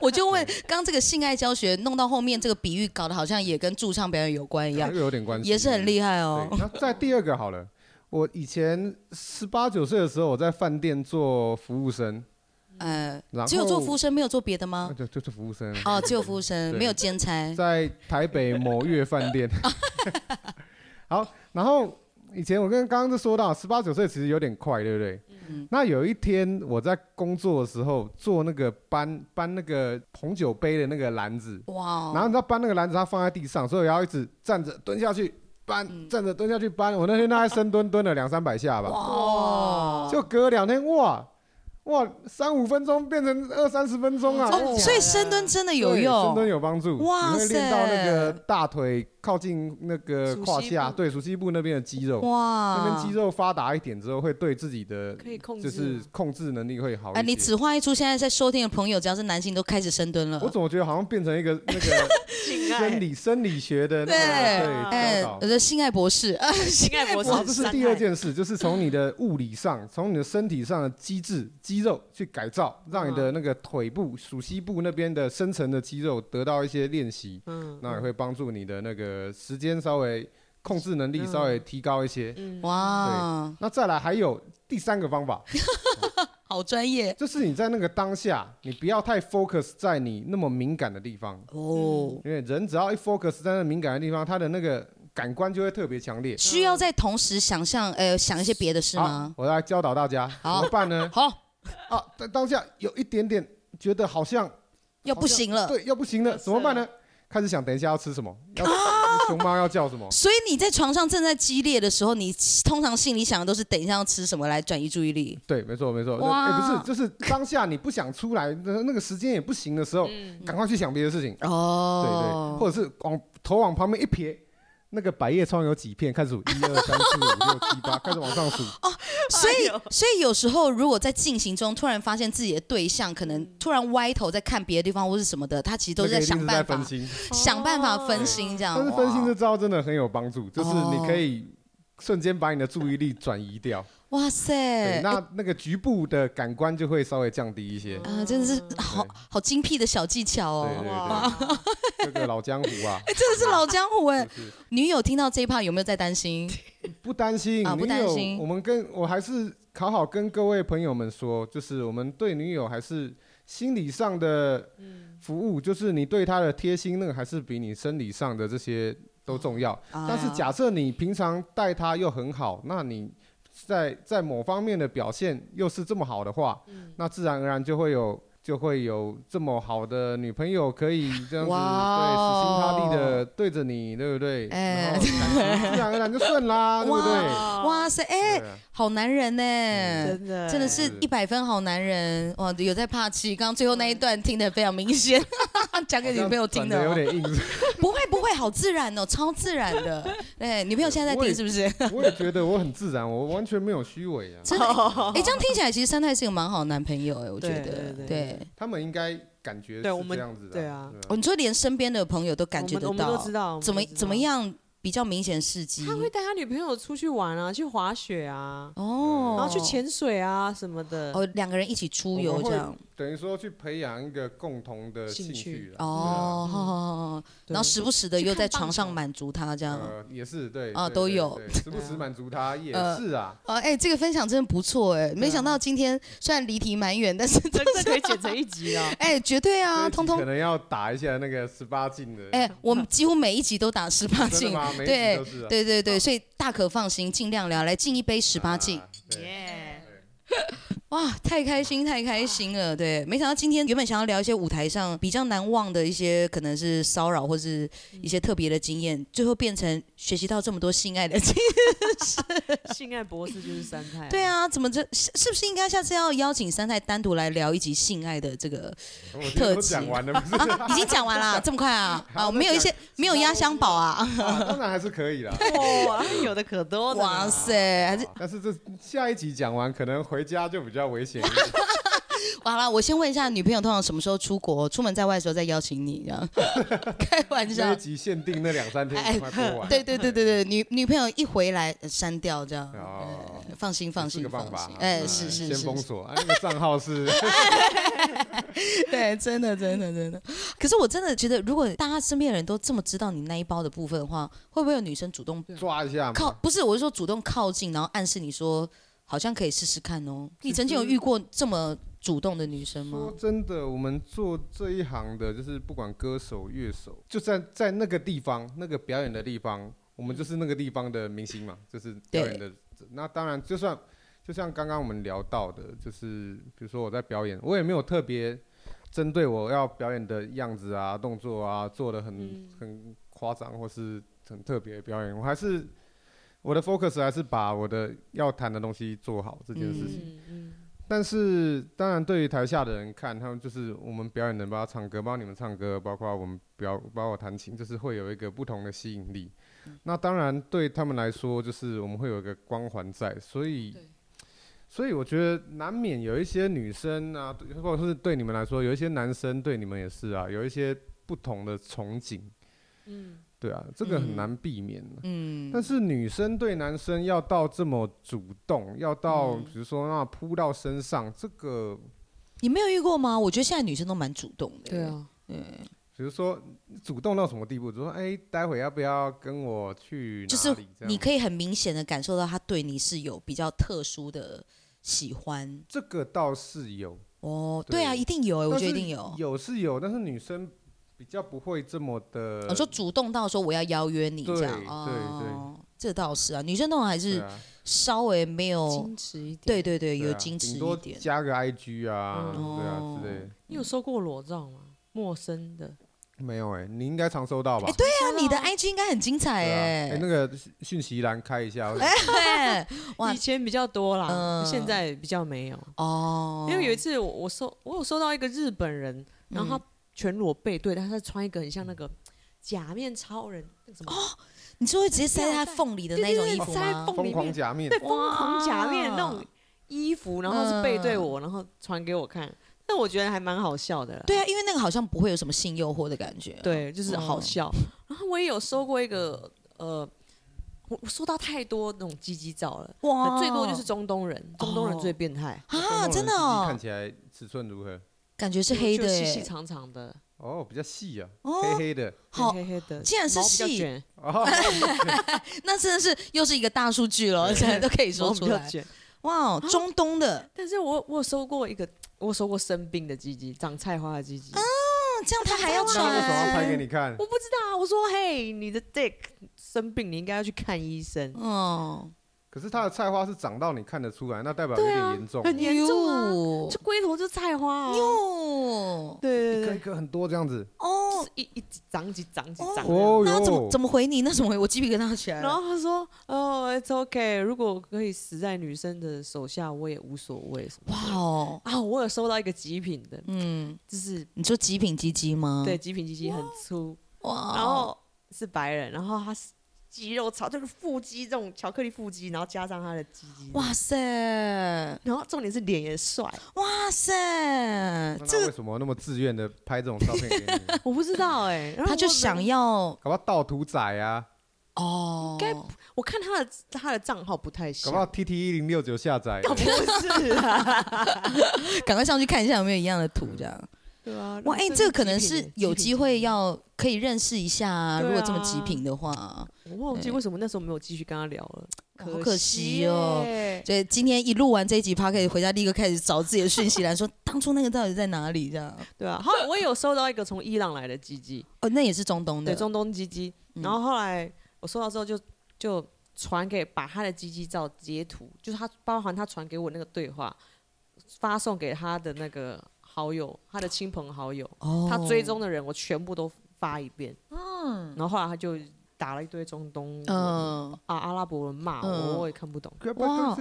[SPEAKER 3] 我就问，刚这个性爱教学弄到后面，这个比喻搞得好像也跟驻唱表演有关一样，
[SPEAKER 6] 又有点关系，
[SPEAKER 3] 也是很厉害哦
[SPEAKER 6] 对，。那在第二个好了，我以前十八九岁的时候，我在饭店做服务生，
[SPEAKER 3] 呃，
[SPEAKER 6] 然后
[SPEAKER 3] 只有做服务生，没有做别的吗
[SPEAKER 6] 啊，？就就是服务生，
[SPEAKER 3] 哦，只有服务生，
[SPEAKER 6] 对
[SPEAKER 3] 没有兼差。
[SPEAKER 6] 在台北某月饭店。 <laughs> 好，然后以前我跟刚刚就说到，十八九岁其实有点快，对不对？
[SPEAKER 3] 嗯
[SPEAKER 6] 那有一天我在工作的时候，做那个搬搬那个红酒杯的那个篮子，
[SPEAKER 3] 哇
[SPEAKER 6] 然后
[SPEAKER 3] 哦，
[SPEAKER 6] 你知道搬那个篮子，它放在地上，所以我要一直站着蹲下去搬
[SPEAKER 3] 嗯，
[SPEAKER 6] 站着蹲下去搬。我那天大概深蹲蹲了两三百下吧。
[SPEAKER 1] 哦
[SPEAKER 3] 哇，
[SPEAKER 6] 就隔两天，哇哇，三五分钟变成二三十分钟啊！
[SPEAKER 3] 哦，所以深蹲真的有
[SPEAKER 6] 对深蹲
[SPEAKER 3] 用。
[SPEAKER 6] 有帮助，
[SPEAKER 3] 哇
[SPEAKER 6] 你会练到那个
[SPEAKER 3] 塞
[SPEAKER 6] 大腿靠近那个
[SPEAKER 1] 熟
[SPEAKER 6] 胯
[SPEAKER 1] 悉
[SPEAKER 6] 下，
[SPEAKER 1] 部
[SPEAKER 6] 对，熟悉部那边的肌肉，那边
[SPEAKER 3] 哇
[SPEAKER 6] 肌，肉发达一点之后，会对自己的
[SPEAKER 1] 可以控制
[SPEAKER 6] 就
[SPEAKER 1] 啊，
[SPEAKER 6] 是控制能力会好
[SPEAKER 3] 哎，
[SPEAKER 6] 一
[SPEAKER 3] 你
[SPEAKER 6] 点。
[SPEAKER 3] 此话一出，现在在收听的朋友，只要是男性都开始深蹲了
[SPEAKER 6] 我。总觉得好像变成一个那个
[SPEAKER 1] 性爱
[SPEAKER 6] 生理生理学的那
[SPEAKER 3] 对
[SPEAKER 6] 个对
[SPEAKER 3] 哎，
[SPEAKER 6] 教
[SPEAKER 3] 我
[SPEAKER 6] 导。
[SPEAKER 3] 的性爱博士，啊
[SPEAKER 1] 性爱博士
[SPEAKER 6] 然后这是
[SPEAKER 1] 三
[SPEAKER 6] 第二
[SPEAKER 1] 爱
[SPEAKER 6] 件事，就是从你的物理上，从你的身体上的机制、肌肉去改造，让你的那个腿部、属膝部那边的深层的肌肉得到一些练习，
[SPEAKER 1] 嗯，
[SPEAKER 6] 那也会帮助你的那个时间稍微控制能力稍微提高一些。
[SPEAKER 1] 嗯，
[SPEAKER 3] 哇，
[SPEAKER 6] 那再来还有第三个方法，
[SPEAKER 3] 好专业
[SPEAKER 6] 就是你在那个当下，你不要太 focus 在你那么敏感的地方，
[SPEAKER 3] 哦。
[SPEAKER 6] 因为人只要一 focus 在那敏感的地方，他的那个感官就会特别强烈。
[SPEAKER 3] 需要在同时想象，呃，想一些别的事
[SPEAKER 6] 好
[SPEAKER 3] 吗，？
[SPEAKER 6] 我来教导大家怎
[SPEAKER 3] 好
[SPEAKER 6] 么办呢？
[SPEAKER 3] 好，
[SPEAKER 6] 啊，在当下有一点点觉得好像
[SPEAKER 3] 要不行了。
[SPEAKER 6] 对要不
[SPEAKER 3] 呃
[SPEAKER 6] 行了，怎么办
[SPEAKER 3] 啊
[SPEAKER 6] 呢？开始想等一下要吃
[SPEAKER 3] <laughs>
[SPEAKER 6] 什么，要熊猫要叫什么。
[SPEAKER 3] 所以你在床上正在激烈的时候，你通常心里想的都是等一下要吃什么来转移注意力。
[SPEAKER 6] 对，没错没错，
[SPEAKER 3] 哇
[SPEAKER 6] 哎，不是，就是当下你不想出来，那那个时间也不行的时候，赶快去想别的事情，对对，
[SPEAKER 3] 嗯哦，
[SPEAKER 6] 或者是往头往旁边一撇，那个百叶窗有几片，开
[SPEAKER 3] <laughs>
[SPEAKER 6] 始数一二三四五六七八，开始往上数，
[SPEAKER 3] 所
[SPEAKER 6] 哎
[SPEAKER 3] 以所以有时候如果在进行中突然发现自己的对象可能突然歪头在看别的地方或是什么的，他其实都
[SPEAKER 6] 那个
[SPEAKER 3] 在
[SPEAKER 6] 一定
[SPEAKER 3] 想
[SPEAKER 6] 是
[SPEAKER 3] 办
[SPEAKER 6] 在
[SPEAKER 3] 法哦
[SPEAKER 6] 分哦心，
[SPEAKER 3] 想办法分心这样。
[SPEAKER 6] 但是分心
[SPEAKER 3] 哇
[SPEAKER 6] 这招真的很有帮助，就是你
[SPEAKER 3] 哦
[SPEAKER 6] 可以瞬间把你的注意力转移掉，
[SPEAKER 3] 哇塞，
[SPEAKER 6] 对，
[SPEAKER 3] 哎
[SPEAKER 6] 那那个局部的感官就会稍微降低一些，
[SPEAKER 3] 啊、真的是好好精辟的小技巧
[SPEAKER 6] 对
[SPEAKER 3] 哦。
[SPEAKER 6] 嗯对
[SPEAKER 1] 哇，
[SPEAKER 6] 对，这个老江湖啊，
[SPEAKER 3] <laughs> 哎，真的是老江湖哎！
[SPEAKER 6] 就是。
[SPEAKER 3] 女友听到这一趴有没有在担心？
[SPEAKER 1] <laughs>
[SPEAKER 6] 不担心，
[SPEAKER 3] 啊不
[SPEAKER 6] 女
[SPEAKER 3] 担
[SPEAKER 6] 友
[SPEAKER 3] 心
[SPEAKER 6] 我们跟我还是好好跟各位朋友们说，就是我们对女友还是心理上的
[SPEAKER 3] 嗯
[SPEAKER 6] 服务，就是你对她的贴心，那个还是比你生理上的这些都
[SPEAKER 3] 哦
[SPEAKER 6] 重要。
[SPEAKER 3] 哎
[SPEAKER 6] 但
[SPEAKER 1] 啊
[SPEAKER 6] 是假设你平常待她又很好，那你在在某方面的表现又是这么好的话，那自然而然就会有。就会有这么好的女朋友，可以这样子，
[SPEAKER 3] 哇
[SPEAKER 6] 对，死心塌地
[SPEAKER 3] 哦
[SPEAKER 6] 的对着你，对不对？
[SPEAKER 3] 哎
[SPEAKER 6] 然后感情自然而然就顺啦，对不对？
[SPEAKER 3] 哇塞，哎、
[SPEAKER 6] 对啊
[SPEAKER 3] 好男人呢、
[SPEAKER 1] 嗯真的
[SPEAKER 3] 嗯
[SPEAKER 1] 欸
[SPEAKER 3] 真的是一百分好男人哇！有在怕气，刚刚最后那一段听得非常明
[SPEAKER 1] <laughs>
[SPEAKER 3] 显，讲给女朋友听的
[SPEAKER 6] 好像
[SPEAKER 3] 哦、
[SPEAKER 6] 转得有点硬。
[SPEAKER 3] 不会不会，好自然
[SPEAKER 6] <laughs>
[SPEAKER 3] 哦，超自然的。哎，女朋友现在在
[SPEAKER 6] 我
[SPEAKER 3] 听
[SPEAKER 6] 也
[SPEAKER 3] 是不是？
[SPEAKER 6] <laughs> 我也觉得我很自然，我完全没有虚伪啊。
[SPEAKER 3] 真的哎、这样听起来其实三太是个蛮好的男朋友哎、我觉
[SPEAKER 1] 哦对
[SPEAKER 3] 得
[SPEAKER 1] 对对
[SPEAKER 6] 他们应该感觉是
[SPEAKER 1] 对我们
[SPEAKER 6] 这样子的，
[SPEAKER 1] 对啊
[SPEAKER 3] 哦，你说连身边的朋友都感觉得
[SPEAKER 1] 我们我们都
[SPEAKER 3] 到
[SPEAKER 1] 知，道，我们
[SPEAKER 3] 怎么
[SPEAKER 1] 都知道
[SPEAKER 3] 怎么？样比较明显事迹？
[SPEAKER 1] 他会带他女朋友出去玩啊，去滑雪啊，
[SPEAKER 3] 哦，
[SPEAKER 1] 然后去潜水啊什么的。
[SPEAKER 3] 哦，两个人一起出
[SPEAKER 6] 我
[SPEAKER 3] 游
[SPEAKER 6] 们
[SPEAKER 3] 这
[SPEAKER 6] 会
[SPEAKER 3] 样
[SPEAKER 6] 等于说去培养一个共同的兴趣啦。
[SPEAKER 3] 哦，好好好好，
[SPEAKER 1] 对
[SPEAKER 3] 然后时不时的
[SPEAKER 1] 去
[SPEAKER 3] 又
[SPEAKER 1] 看
[SPEAKER 3] 在
[SPEAKER 1] 棒
[SPEAKER 3] 床上
[SPEAKER 1] 球
[SPEAKER 3] 满足他这
[SPEAKER 6] 对
[SPEAKER 3] 样
[SPEAKER 6] 啊。呃，也是对
[SPEAKER 3] 啊
[SPEAKER 6] 对
[SPEAKER 3] 都
[SPEAKER 6] 对
[SPEAKER 3] 有 <laughs> 呃
[SPEAKER 6] 对时不时满足他也是啊。
[SPEAKER 3] 啊，哎、这个分享真的不错哎、没想到今天虽然离题蛮远，但是！
[SPEAKER 1] <laughs> 这这可以剪成一集啊
[SPEAKER 3] <laughs> 哎、绝对
[SPEAKER 6] 这
[SPEAKER 3] 啊，
[SPEAKER 6] 一集
[SPEAKER 3] 通
[SPEAKER 6] 可
[SPEAKER 3] 通
[SPEAKER 6] 能要打一下那个十八禁的。 <laughs>
[SPEAKER 3] 哎、我们几乎每一集都打十八
[SPEAKER 6] 真的
[SPEAKER 3] 禁，
[SPEAKER 6] 吗？每一集
[SPEAKER 3] 对
[SPEAKER 6] 都是啊。
[SPEAKER 3] 对对对，所以大可放心，尽量聊，来敬一杯十八禁。
[SPEAKER 6] 啊。对
[SPEAKER 3] 哇，太开心，太开心了！对，没想到今天原本想要聊一些舞台上比较难忘的一些，可能是骚扰或是一些特别的经验，最后变成学习到这么多性爱的经验。
[SPEAKER 1] 性爱博士就是三太，
[SPEAKER 3] 对，啊，怎么这是是不是应该下次要邀请三太单独来聊一集性爱的这个？
[SPEAKER 6] 我觉得
[SPEAKER 3] 特
[SPEAKER 6] 都
[SPEAKER 3] 辑
[SPEAKER 6] 讲完了，不是？
[SPEAKER 3] 啊，已经讲完了，这么快啊？啊，没有一些没有压箱宝啊！
[SPEAKER 6] 啊
[SPEAKER 3] <laughs>
[SPEAKER 6] 当然还是可以啦。
[SPEAKER 1] 哇，有的可多呢
[SPEAKER 3] 哇塞，还是
[SPEAKER 6] 但是这下一集讲完，可能回家就比较危险一
[SPEAKER 3] <laughs>
[SPEAKER 6] 点。
[SPEAKER 3] 完了。我先问一下，女朋友通常什么时候出国？出门在外的时候再邀请你，这样？开玩
[SPEAKER 6] 那
[SPEAKER 3] 笑
[SPEAKER 6] 一。集限定那两三天，
[SPEAKER 3] 啊哎
[SPEAKER 6] 赶快播完。
[SPEAKER 3] 对对对对对，女女朋友一回来呃删掉这样，
[SPEAKER 6] 哦
[SPEAKER 3] 呃放心放
[SPEAKER 6] 是
[SPEAKER 3] 心
[SPEAKER 6] 个
[SPEAKER 3] 放
[SPEAKER 6] 方法
[SPEAKER 3] 心，，
[SPEAKER 6] 啊
[SPEAKER 3] 哎是是是
[SPEAKER 6] 先封
[SPEAKER 3] 是，
[SPEAKER 6] 锁，啊，那个账号
[SPEAKER 3] <laughs>
[SPEAKER 6] 是
[SPEAKER 3] 对，真的真的真的。可是我真的觉得，如果大家身边的人都这么知道你那一包的部分的话，会不会有女生主动
[SPEAKER 6] 抓一下
[SPEAKER 3] 靠
[SPEAKER 6] 嘛，？
[SPEAKER 3] 不是，我是说主动靠近，然后暗示你说好像可以试试看哦。你曾经有遇过这么主动的女生吗
[SPEAKER 6] 说？真的，我们做这一行的，就是不管歌手、乐手，就在在那个地方、那个表演的地方，我们就是那个地方的明星嘛，就是表演的。那当然，就算就像刚刚我们聊到的，就是比如说我在表演，我也没有特别针对我要表演的样子啊、动作啊，做的很、很夸张或是很特别的表演，我还是我的 focus 还是把我的要谈的东西做好这件事情。
[SPEAKER 1] 嗯嗯，
[SPEAKER 6] 但是，当然，对于台下的人看，他们就是我们表演人，包括唱歌，包括你们唱歌，包括我们表，包括我弹琴，就是会有一个不同的吸引力。那当然，对他们来说，就是我们会有一个光环在，所以，所以我觉得难免有一些女生啊，对或者是对你们来说，有一些男生对你们也是啊，有一些不同的憧憬。嗯，对啊，这个很难避免、啊。
[SPEAKER 3] 嗯，
[SPEAKER 6] 但是女生对男生要到这么主动，要到
[SPEAKER 3] 嗯
[SPEAKER 6] 比如说那扑到身上，这个
[SPEAKER 3] 你没有遇过吗？我觉得现在女生都蛮主动的。欸
[SPEAKER 1] 对，啊，
[SPEAKER 6] 比比如说主动到什么地步，就说哎、待会要不要跟我去哪里？
[SPEAKER 3] 就是
[SPEAKER 6] 这样
[SPEAKER 3] 你可以很明显的感受到他对你是有比较特殊的喜欢
[SPEAKER 6] 这个倒是有，
[SPEAKER 3] 哦。
[SPEAKER 6] 对
[SPEAKER 3] 对啊，一定有欸，我
[SPEAKER 6] 但
[SPEAKER 3] 觉得一
[SPEAKER 6] 是
[SPEAKER 3] 定有。
[SPEAKER 6] 有是有，但是女生比较不会这么的。
[SPEAKER 3] 我说主动到说我要邀约你这样
[SPEAKER 6] 对对
[SPEAKER 3] 哦，这倒是啊，女生通常还
[SPEAKER 6] 对
[SPEAKER 3] 是
[SPEAKER 6] 啊，
[SPEAKER 3] 稍微没有
[SPEAKER 1] 矜持一点。
[SPEAKER 3] 哦对，对对
[SPEAKER 6] 对
[SPEAKER 3] 有
[SPEAKER 6] 啊
[SPEAKER 3] 矜持
[SPEAKER 6] 顶
[SPEAKER 3] 一
[SPEAKER 6] 多
[SPEAKER 3] 点。
[SPEAKER 6] 加个 IG 啊，
[SPEAKER 1] 嗯
[SPEAKER 6] 对啊
[SPEAKER 3] 哦
[SPEAKER 6] 之类的。
[SPEAKER 1] 你有收过裸照吗？陌生的，
[SPEAKER 6] 没有哎、你应该常收到吧？
[SPEAKER 3] 对啊，
[SPEAKER 6] <laughs>
[SPEAKER 3] 你的 IG 应该很精彩
[SPEAKER 6] 对啊
[SPEAKER 3] 哎
[SPEAKER 6] 哎，那个讯讯息栏开一下，
[SPEAKER 3] 哎， <laughs> 哇
[SPEAKER 1] 以前比较多啦，
[SPEAKER 3] 嗯
[SPEAKER 1] 现在比较没有。
[SPEAKER 3] 哦，嗯
[SPEAKER 1] 因为有一次我我收我有收到一个日本人，然后他全裸背对，但他穿一个很像那个假面超人，那个什么
[SPEAKER 3] 哦你是会直接塞在他缝里的那种
[SPEAKER 1] 对对
[SPEAKER 3] 衣
[SPEAKER 1] 对
[SPEAKER 3] 服
[SPEAKER 1] 塞
[SPEAKER 3] 吗？
[SPEAKER 1] 缝
[SPEAKER 6] 疯
[SPEAKER 1] 里
[SPEAKER 6] 狂
[SPEAKER 1] 面，
[SPEAKER 6] 假
[SPEAKER 3] <laughs>
[SPEAKER 6] 面
[SPEAKER 1] 对，，疯狂假面那种衣服，然后是背对
[SPEAKER 3] 嗯
[SPEAKER 1] 我，然后传给我看，但我觉得还蛮好笑的啦。
[SPEAKER 3] 对啊，因为那个好像不会有什么性诱惑的感觉。
[SPEAKER 1] 对，就是好
[SPEAKER 3] 嗯
[SPEAKER 1] 笑。然后我也有收过一个呃，我我收到太多那种鸡鸡照了，
[SPEAKER 3] 哇
[SPEAKER 1] 最多就是中东人，中东人最变态，
[SPEAKER 3] 啊，真的
[SPEAKER 6] 自己
[SPEAKER 3] 哦
[SPEAKER 6] 看，起来尺寸如何？
[SPEAKER 3] 感觉是黑
[SPEAKER 1] 就
[SPEAKER 3] 的
[SPEAKER 1] 细细
[SPEAKER 3] 耶，
[SPEAKER 1] 长长的，
[SPEAKER 6] 哦，比较细啊，
[SPEAKER 3] 哦
[SPEAKER 6] 黑黑的。
[SPEAKER 3] 好
[SPEAKER 1] 黑黑的，
[SPEAKER 3] 竟然是
[SPEAKER 1] 毛比较
[SPEAKER 3] 细
[SPEAKER 1] 卷，
[SPEAKER 6] 哦，
[SPEAKER 3] 那真的是又是一个大数据了，现在都可以说
[SPEAKER 1] 毛比
[SPEAKER 3] 出
[SPEAKER 1] 较
[SPEAKER 3] 来。
[SPEAKER 1] 卷。
[SPEAKER 3] 哇，中东的，
[SPEAKER 1] 但是我我有收过一个，我有收过生病的鸡鸡，长菜花的鸡鸡。
[SPEAKER 3] 那这样他还要
[SPEAKER 6] 那为什么要拍给
[SPEAKER 3] 穿？
[SPEAKER 6] 你看？
[SPEAKER 1] 我不知道啊，我说嘿，你的 dick 生病，你应该要去看医生。
[SPEAKER 3] 嗯，
[SPEAKER 6] 可是他的菜花是长到你看得出来，那代表有点严重。
[SPEAKER 1] 很严重啊，
[SPEAKER 3] 哟
[SPEAKER 1] 就龟头就菜花啊，
[SPEAKER 3] 哟
[SPEAKER 1] 对
[SPEAKER 6] 一
[SPEAKER 1] 对
[SPEAKER 6] 颗
[SPEAKER 1] 对，
[SPEAKER 6] 一颗很多这样子。
[SPEAKER 3] 哦，
[SPEAKER 1] 一一直长几长几长。
[SPEAKER 6] 哦
[SPEAKER 3] 那他怎么
[SPEAKER 6] 哟，
[SPEAKER 3] 怎么回你？那怎么回？我鸡皮疙瘩起来
[SPEAKER 1] 然
[SPEAKER 3] 了。
[SPEAKER 1] 后他说：“哦，it's okay，如果可以死在女生的手下，我也无所谓。”什么
[SPEAKER 3] 哇哦，
[SPEAKER 1] 啊？我有收到一个极品的，
[SPEAKER 3] 嗯，
[SPEAKER 1] 就是
[SPEAKER 3] 你说极品鸡鸡吗？
[SPEAKER 1] 对，极品鸡鸡很粗，
[SPEAKER 3] 嗯哇，
[SPEAKER 1] 然后是白人，然后他是肌肉超，就是腹肌这种巧克力腹肌，然后加上他的鸡鸡，哇！
[SPEAKER 3] 哇塞，
[SPEAKER 1] 然后重点是脸也
[SPEAKER 3] <laughs>
[SPEAKER 1] 帅，
[SPEAKER 3] 哇塞，
[SPEAKER 6] 那
[SPEAKER 3] 这
[SPEAKER 6] 他
[SPEAKER 3] 个
[SPEAKER 6] 为什么那么自愿的拍这种照片给你？
[SPEAKER 1] 我不知道哎、 <laughs> 然后
[SPEAKER 3] 欸他就
[SPEAKER 1] 我
[SPEAKER 3] 想要
[SPEAKER 6] 搞不好盗图仔啊，
[SPEAKER 3] 哦，
[SPEAKER 1] 该我看他的他的账号不太
[SPEAKER 6] 搞
[SPEAKER 1] 像 <laughs>
[SPEAKER 6] 不，好 T T 一零六九下载。
[SPEAKER 1] 不是啊，
[SPEAKER 3] <laughs> 赶快上去看一下有没有一样的图，这样。
[SPEAKER 1] 对啊，
[SPEAKER 3] 哇，哎、
[SPEAKER 1] 这
[SPEAKER 3] 这个可能
[SPEAKER 1] 极品
[SPEAKER 3] 是
[SPEAKER 1] 欸极
[SPEAKER 3] 有
[SPEAKER 1] 品
[SPEAKER 3] 机会要可以认识一下、啊，
[SPEAKER 1] 对
[SPEAKER 3] 如
[SPEAKER 1] 啊
[SPEAKER 3] 果这么极品的话。
[SPEAKER 1] 我忘记
[SPEAKER 3] 对
[SPEAKER 1] 为什么那时候没有继续跟他聊了，
[SPEAKER 3] 好可惜哦
[SPEAKER 1] 耶
[SPEAKER 3] 所以今天一录完这一集 p o d c a s t 回家立刻开始找自己的讯息来说，当初那个到底在哪里？这样
[SPEAKER 1] 对啊，后来我也有收到一个从伊朗来的鸡鸡，
[SPEAKER 3] 哦，那也是中东的
[SPEAKER 1] 对，中东鸡鸡。
[SPEAKER 3] 嗯
[SPEAKER 1] 然后后来我收到之后就就传给把他的鸡鸡照截图，就是他包含他传给我那个对话，发送给他的那个好友，他的亲朋好友，
[SPEAKER 3] 哦，
[SPEAKER 1] 他追踪的人，我全部都发一遍。嗯，然后后来他就打了一堆中东文
[SPEAKER 3] 嗯，
[SPEAKER 1] 啊阿拉伯文骂
[SPEAKER 3] 嗯
[SPEAKER 1] 我，我也看不懂，
[SPEAKER 3] 哇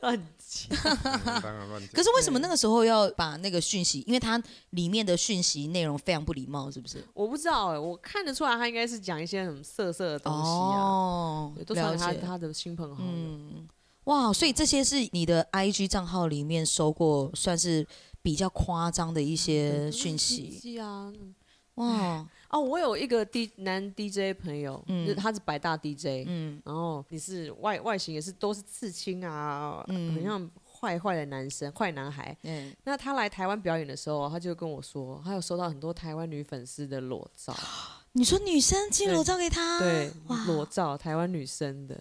[SPEAKER 1] 乱七
[SPEAKER 3] 可
[SPEAKER 6] 可
[SPEAKER 3] 是为什么那个时候要把那个讯息？因为它里面的讯息内容非常不礼貌，是不是？
[SPEAKER 1] 我不知道哎、我看得出来他应该是讲一些什么色色的东西啊，
[SPEAKER 3] 哦
[SPEAKER 1] 对，都传
[SPEAKER 3] 了
[SPEAKER 1] 给他
[SPEAKER 3] 解。嗯
[SPEAKER 1] 他的亲朋好友。
[SPEAKER 3] 哇，所以这些是你的 IG 账号里面收过，算是比较夸张的一些讯息。
[SPEAKER 1] 是啊，
[SPEAKER 3] 嗯哇，
[SPEAKER 1] 哦，我有一个 D 男 DJ 朋友，
[SPEAKER 3] 嗯
[SPEAKER 1] 嗯，他是白大 DJ，、
[SPEAKER 3] 嗯，
[SPEAKER 1] 然后也是外外形也是都是刺青啊，
[SPEAKER 3] 嗯
[SPEAKER 1] 很像坏坏的男生，坏男孩。
[SPEAKER 3] 对，
[SPEAKER 1] 那他来台湾表演的时候，他就跟我说，他有收到很多台湾女粉丝的裸照，
[SPEAKER 3] 你说女生寄裸照给他，
[SPEAKER 1] 对，
[SPEAKER 3] 啊哇，
[SPEAKER 1] 裸照台湾女生的，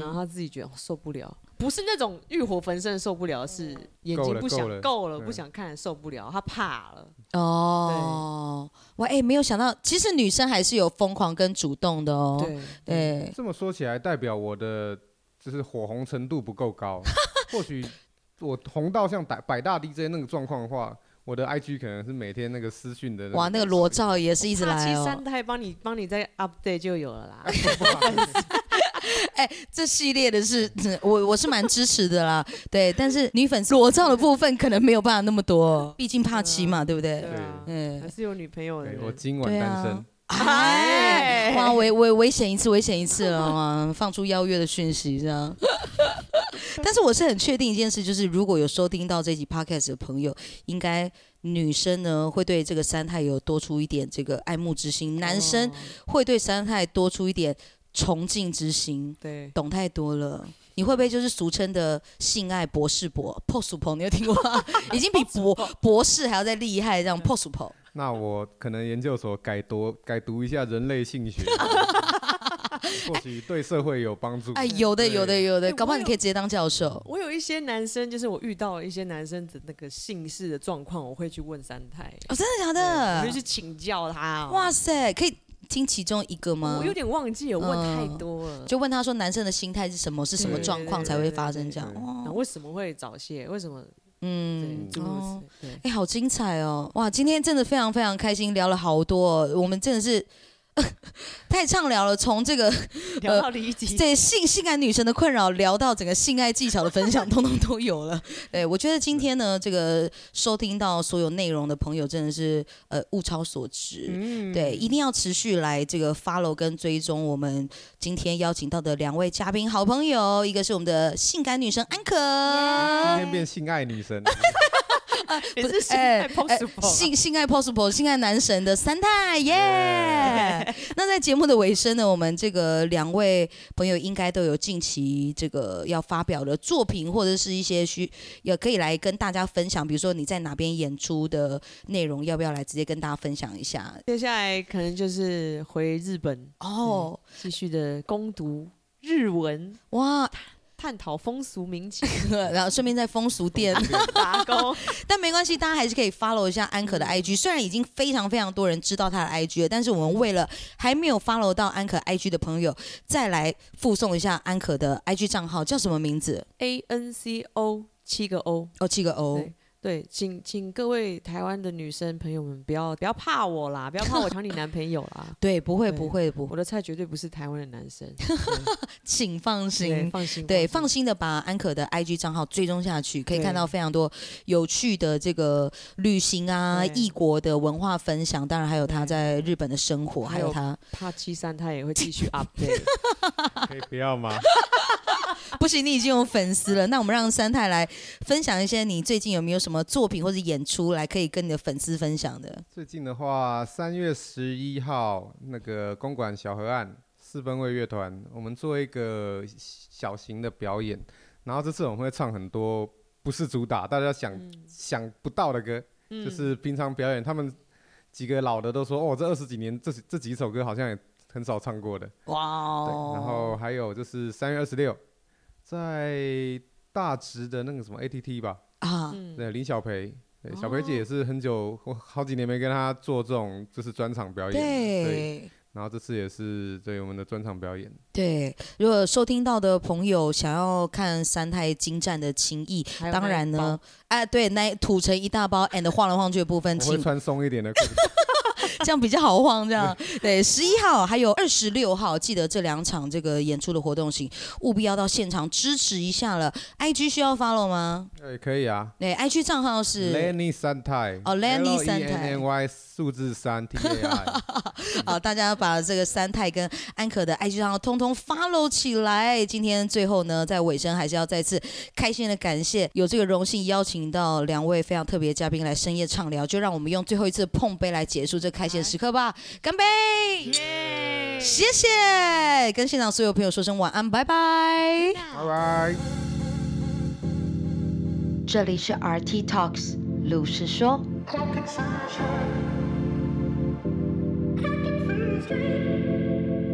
[SPEAKER 1] 然后
[SPEAKER 3] 嗯，
[SPEAKER 1] 他自己觉得、哦受不了，不是那种欲火焚身受不了，是眼
[SPEAKER 6] 够
[SPEAKER 1] 睛
[SPEAKER 6] 了
[SPEAKER 1] 不
[SPEAKER 6] 够
[SPEAKER 1] 想
[SPEAKER 6] 了
[SPEAKER 1] 够了，
[SPEAKER 6] 对
[SPEAKER 1] 不想看受不了，他怕了，
[SPEAKER 3] 哦，哇，哎、没有想到，其实女生还是有疯狂跟主动的哦，
[SPEAKER 1] 对，
[SPEAKER 3] 对，
[SPEAKER 6] 这么说起来，代表我的就是火红程度不够高。
[SPEAKER 3] <laughs>
[SPEAKER 6] 或许我红到像百百大 DJ 那个状况的话，我的 IG 可能是每天那个私讯的。
[SPEAKER 3] 哇，那个裸照也是一直
[SPEAKER 1] 七
[SPEAKER 3] 来哦
[SPEAKER 1] 三，代帮你帮你再 update 就有了
[SPEAKER 6] <laughs>
[SPEAKER 1] 啦。
[SPEAKER 3] 这系列的是我我是蛮支持的 <laughs> 啦，对，但是女粉丝裸照的部分可能没有办法那么多， <laughs> 毕竟怕妻嘛，对不对？
[SPEAKER 1] 对啊，
[SPEAKER 3] 嗯
[SPEAKER 1] 还，是有女朋友的
[SPEAKER 6] 对
[SPEAKER 1] 人。
[SPEAKER 6] 我今晚单
[SPEAKER 3] 啊
[SPEAKER 6] 身，
[SPEAKER 3] 哎，
[SPEAKER 1] 哎
[SPEAKER 3] 哇，危危危险一次，危险一次了嘛，放出邀约的讯息这样。但是我是很确定一件事，就是如果有收听到这集 podcast 的朋友，应该女生呢会对这个三太有多出一点这个爱慕之心，男生
[SPEAKER 1] 哦
[SPEAKER 3] 会对三太多出一点崇敬之心。
[SPEAKER 1] 对，
[SPEAKER 3] 懂太多了，你会不会就是俗称的性爱博士博 p o s p o 你有听过吗？已经比博博士还要再厉害，这
[SPEAKER 1] 嗯
[SPEAKER 3] 样 p o s p o
[SPEAKER 6] 那我可能研究所改多改读一下人类
[SPEAKER 3] <laughs>
[SPEAKER 6] 性学，或许对社会有帮助。
[SPEAKER 3] 哎，有的，
[SPEAKER 6] 对
[SPEAKER 3] 有的，有的，
[SPEAKER 1] 哎
[SPEAKER 3] 搞不好
[SPEAKER 1] 我
[SPEAKER 3] 你
[SPEAKER 1] 有
[SPEAKER 3] 可以直接当教授。
[SPEAKER 1] 我有一些男生，就是我遇到一些男生的那个姓氏的状况，我会去问三太，
[SPEAKER 3] 哦，真的假
[SPEAKER 1] 我
[SPEAKER 3] 的
[SPEAKER 1] 会？去请教他。
[SPEAKER 3] 哇，塞，可以听其中一个吗
[SPEAKER 1] 我有？点忘记了，我问太
[SPEAKER 3] 嗯
[SPEAKER 1] 多了。
[SPEAKER 3] 就问他说男生的心态是什么，是什么
[SPEAKER 1] 对
[SPEAKER 3] 状况
[SPEAKER 1] 对
[SPEAKER 3] 才会
[SPEAKER 1] 对
[SPEAKER 3] 发
[SPEAKER 1] 对
[SPEAKER 3] 生这样？
[SPEAKER 6] 对
[SPEAKER 1] 那
[SPEAKER 3] 哦，
[SPEAKER 1] 为什么会早泄？为什么？
[SPEAKER 3] 嗯
[SPEAKER 1] 对，，诸如
[SPEAKER 3] 哦
[SPEAKER 1] 此。对。
[SPEAKER 3] 哎、好精彩哦！哇，今天真的非常非常开心，聊了好多、哦，我们真的是 <laughs> 太畅聊了，从
[SPEAKER 1] <laughs>
[SPEAKER 3] 这个
[SPEAKER 1] 聊到离题，
[SPEAKER 3] 呃对性性感女神的困扰，聊到整个性爱技巧的分享，通通都有
[SPEAKER 1] <laughs>
[SPEAKER 3] 了。对，我觉得今天呢，这个收听到所有内容的朋友，真的是呃物超所值。
[SPEAKER 1] 嗯
[SPEAKER 3] 对，一定要持续来这个 follow 跟追踪我们今天邀请到的两位嘉宾好朋友，一个是我们的性感女神安可，
[SPEAKER 6] 今天变性爱女神，
[SPEAKER 1] 也
[SPEAKER 3] 不是
[SPEAKER 1] 是现在
[SPEAKER 3] 哎
[SPEAKER 1] possible 啊。
[SPEAKER 3] 性性爱 possible 性爱男神的三太耶。 <laughs> 那在节目的尾声呢，我们这个两位朋友应该都有近期这个要发表的作品，或者是一些需也可以来跟大家分享，比如说你在哪边演出的内容，要不要来直接跟大家分享一下？
[SPEAKER 1] 接下来可能就是回日本，
[SPEAKER 3] 哦，
[SPEAKER 1] 继续的攻读日文，
[SPEAKER 3] 哇，
[SPEAKER 1] 探讨风俗民情，
[SPEAKER 3] <laughs> 然后顺便在风俗店
[SPEAKER 1] 打工。
[SPEAKER 3] 但没关系，大家还是可以 follow 一下安可的 IG。虽然已经非常非常多人知道他的 IG 了，但是我们为了还没有 follow 到安可 IG 的朋友，再来附送一下安可的 IG 账号叫什么名字？
[SPEAKER 1] A N C O 七个 O，
[SPEAKER 3] 哦，七个 O。，
[SPEAKER 1] 对对，请请各位台湾的女生朋友们不要不要怕我啦，不要怕我抢你男朋友啦
[SPEAKER 3] <laughs> 对，不会，
[SPEAKER 1] 对
[SPEAKER 3] 不会，不会，
[SPEAKER 1] 我的菜绝对不是台湾的男
[SPEAKER 3] <laughs>
[SPEAKER 1] 生，对
[SPEAKER 3] 请放
[SPEAKER 1] 对
[SPEAKER 3] 心。
[SPEAKER 1] 放心，
[SPEAKER 3] 对，放
[SPEAKER 1] 心。
[SPEAKER 3] 心的把安可的 IG 账号追踪下去，可以
[SPEAKER 1] 对
[SPEAKER 3] 看到非常多有趣的这个旅行啊、
[SPEAKER 1] 对
[SPEAKER 3] 异国的文化分享，当然还有他
[SPEAKER 1] 对
[SPEAKER 3] 在日本的生活，还
[SPEAKER 1] 还有
[SPEAKER 3] 有他
[SPEAKER 1] 怕七三他也会继续
[SPEAKER 3] <laughs>
[SPEAKER 1] update，
[SPEAKER 6] 可以不要吗？
[SPEAKER 3] 不行，你已经有粉丝了。那我们让三太来分享一些你最近有没有什么作品或者演出来可以跟你的粉丝分享的？
[SPEAKER 6] 最近的话，三月十一号那个公馆小河岸四分卫乐团，我们做一个小型的表演，然后这次我们会唱很多不是主打，大家想、想不到的歌，
[SPEAKER 1] 嗯
[SPEAKER 6] 就是平常表演他们几个老的都说，哦，这二十几年这这几首歌好像也很少唱过的。
[SPEAKER 3] 哇
[SPEAKER 6] 对，
[SPEAKER 3] 哦！
[SPEAKER 6] 然后还有就是三月二十六，在大直的那个什么 ATT 吧，
[SPEAKER 3] 啊，
[SPEAKER 1] 嗯，
[SPEAKER 6] 对，林小培，对，小培
[SPEAKER 3] 哦
[SPEAKER 6] 姐也是很久，我好几年没跟她做这种就是专场表演了，对，
[SPEAKER 3] 对。
[SPEAKER 6] 然后这次也是对我们的专场表演，
[SPEAKER 3] 对，如果收听到的朋友想要看三太精湛的情谊，
[SPEAKER 1] 还有
[SPEAKER 3] 当
[SPEAKER 1] 那一
[SPEAKER 3] 然呢
[SPEAKER 1] 包，，
[SPEAKER 3] 哎、对，那吐成一大包，and 晃来晃去的
[SPEAKER 1] <laughs>
[SPEAKER 3] 部分，
[SPEAKER 6] 我会
[SPEAKER 3] 请
[SPEAKER 6] 穿松一点的裤子，
[SPEAKER 3] 这样比较好晃。
[SPEAKER 1] <laughs>
[SPEAKER 3] 这样对，十一号还有二十六号，记得这两场这个演出的活动，请务必要到现场支持一下了。IG 需要 follow 吗？
[SPEAKER 6] 对，可以啊。
[SPEAKER 3] 对，IG 账号是
[SPEAKER 6] <laughs> Lenny 三太
[SPEAKER 3] 哦，Lenny 三太
[SPEAKER 6] N Y 数字三 T A
[SPEAKER 3] <laughs>
[SPEAKER 6] I，
[SPEAKER 3] 好，大家把这个三太跟安可的 IG 账号通通 follow 起来。今天最后呢，在尾声还是要再次开心的感谢有这个荣幸邀请到两位非常特别的嘉宾来深夜畅聊，就让我们用最后一次碰杯来结束这开心的时刻吧，干杯！谢谢，跟现场所有朋友说声晚安，拜拜。
[SPEAKER 6] 拜拜。
[SPEAKER 4] 这里是 RT Talks 鲁是说。
[SPEAKER 7] Sunshine. Pocket sunshine.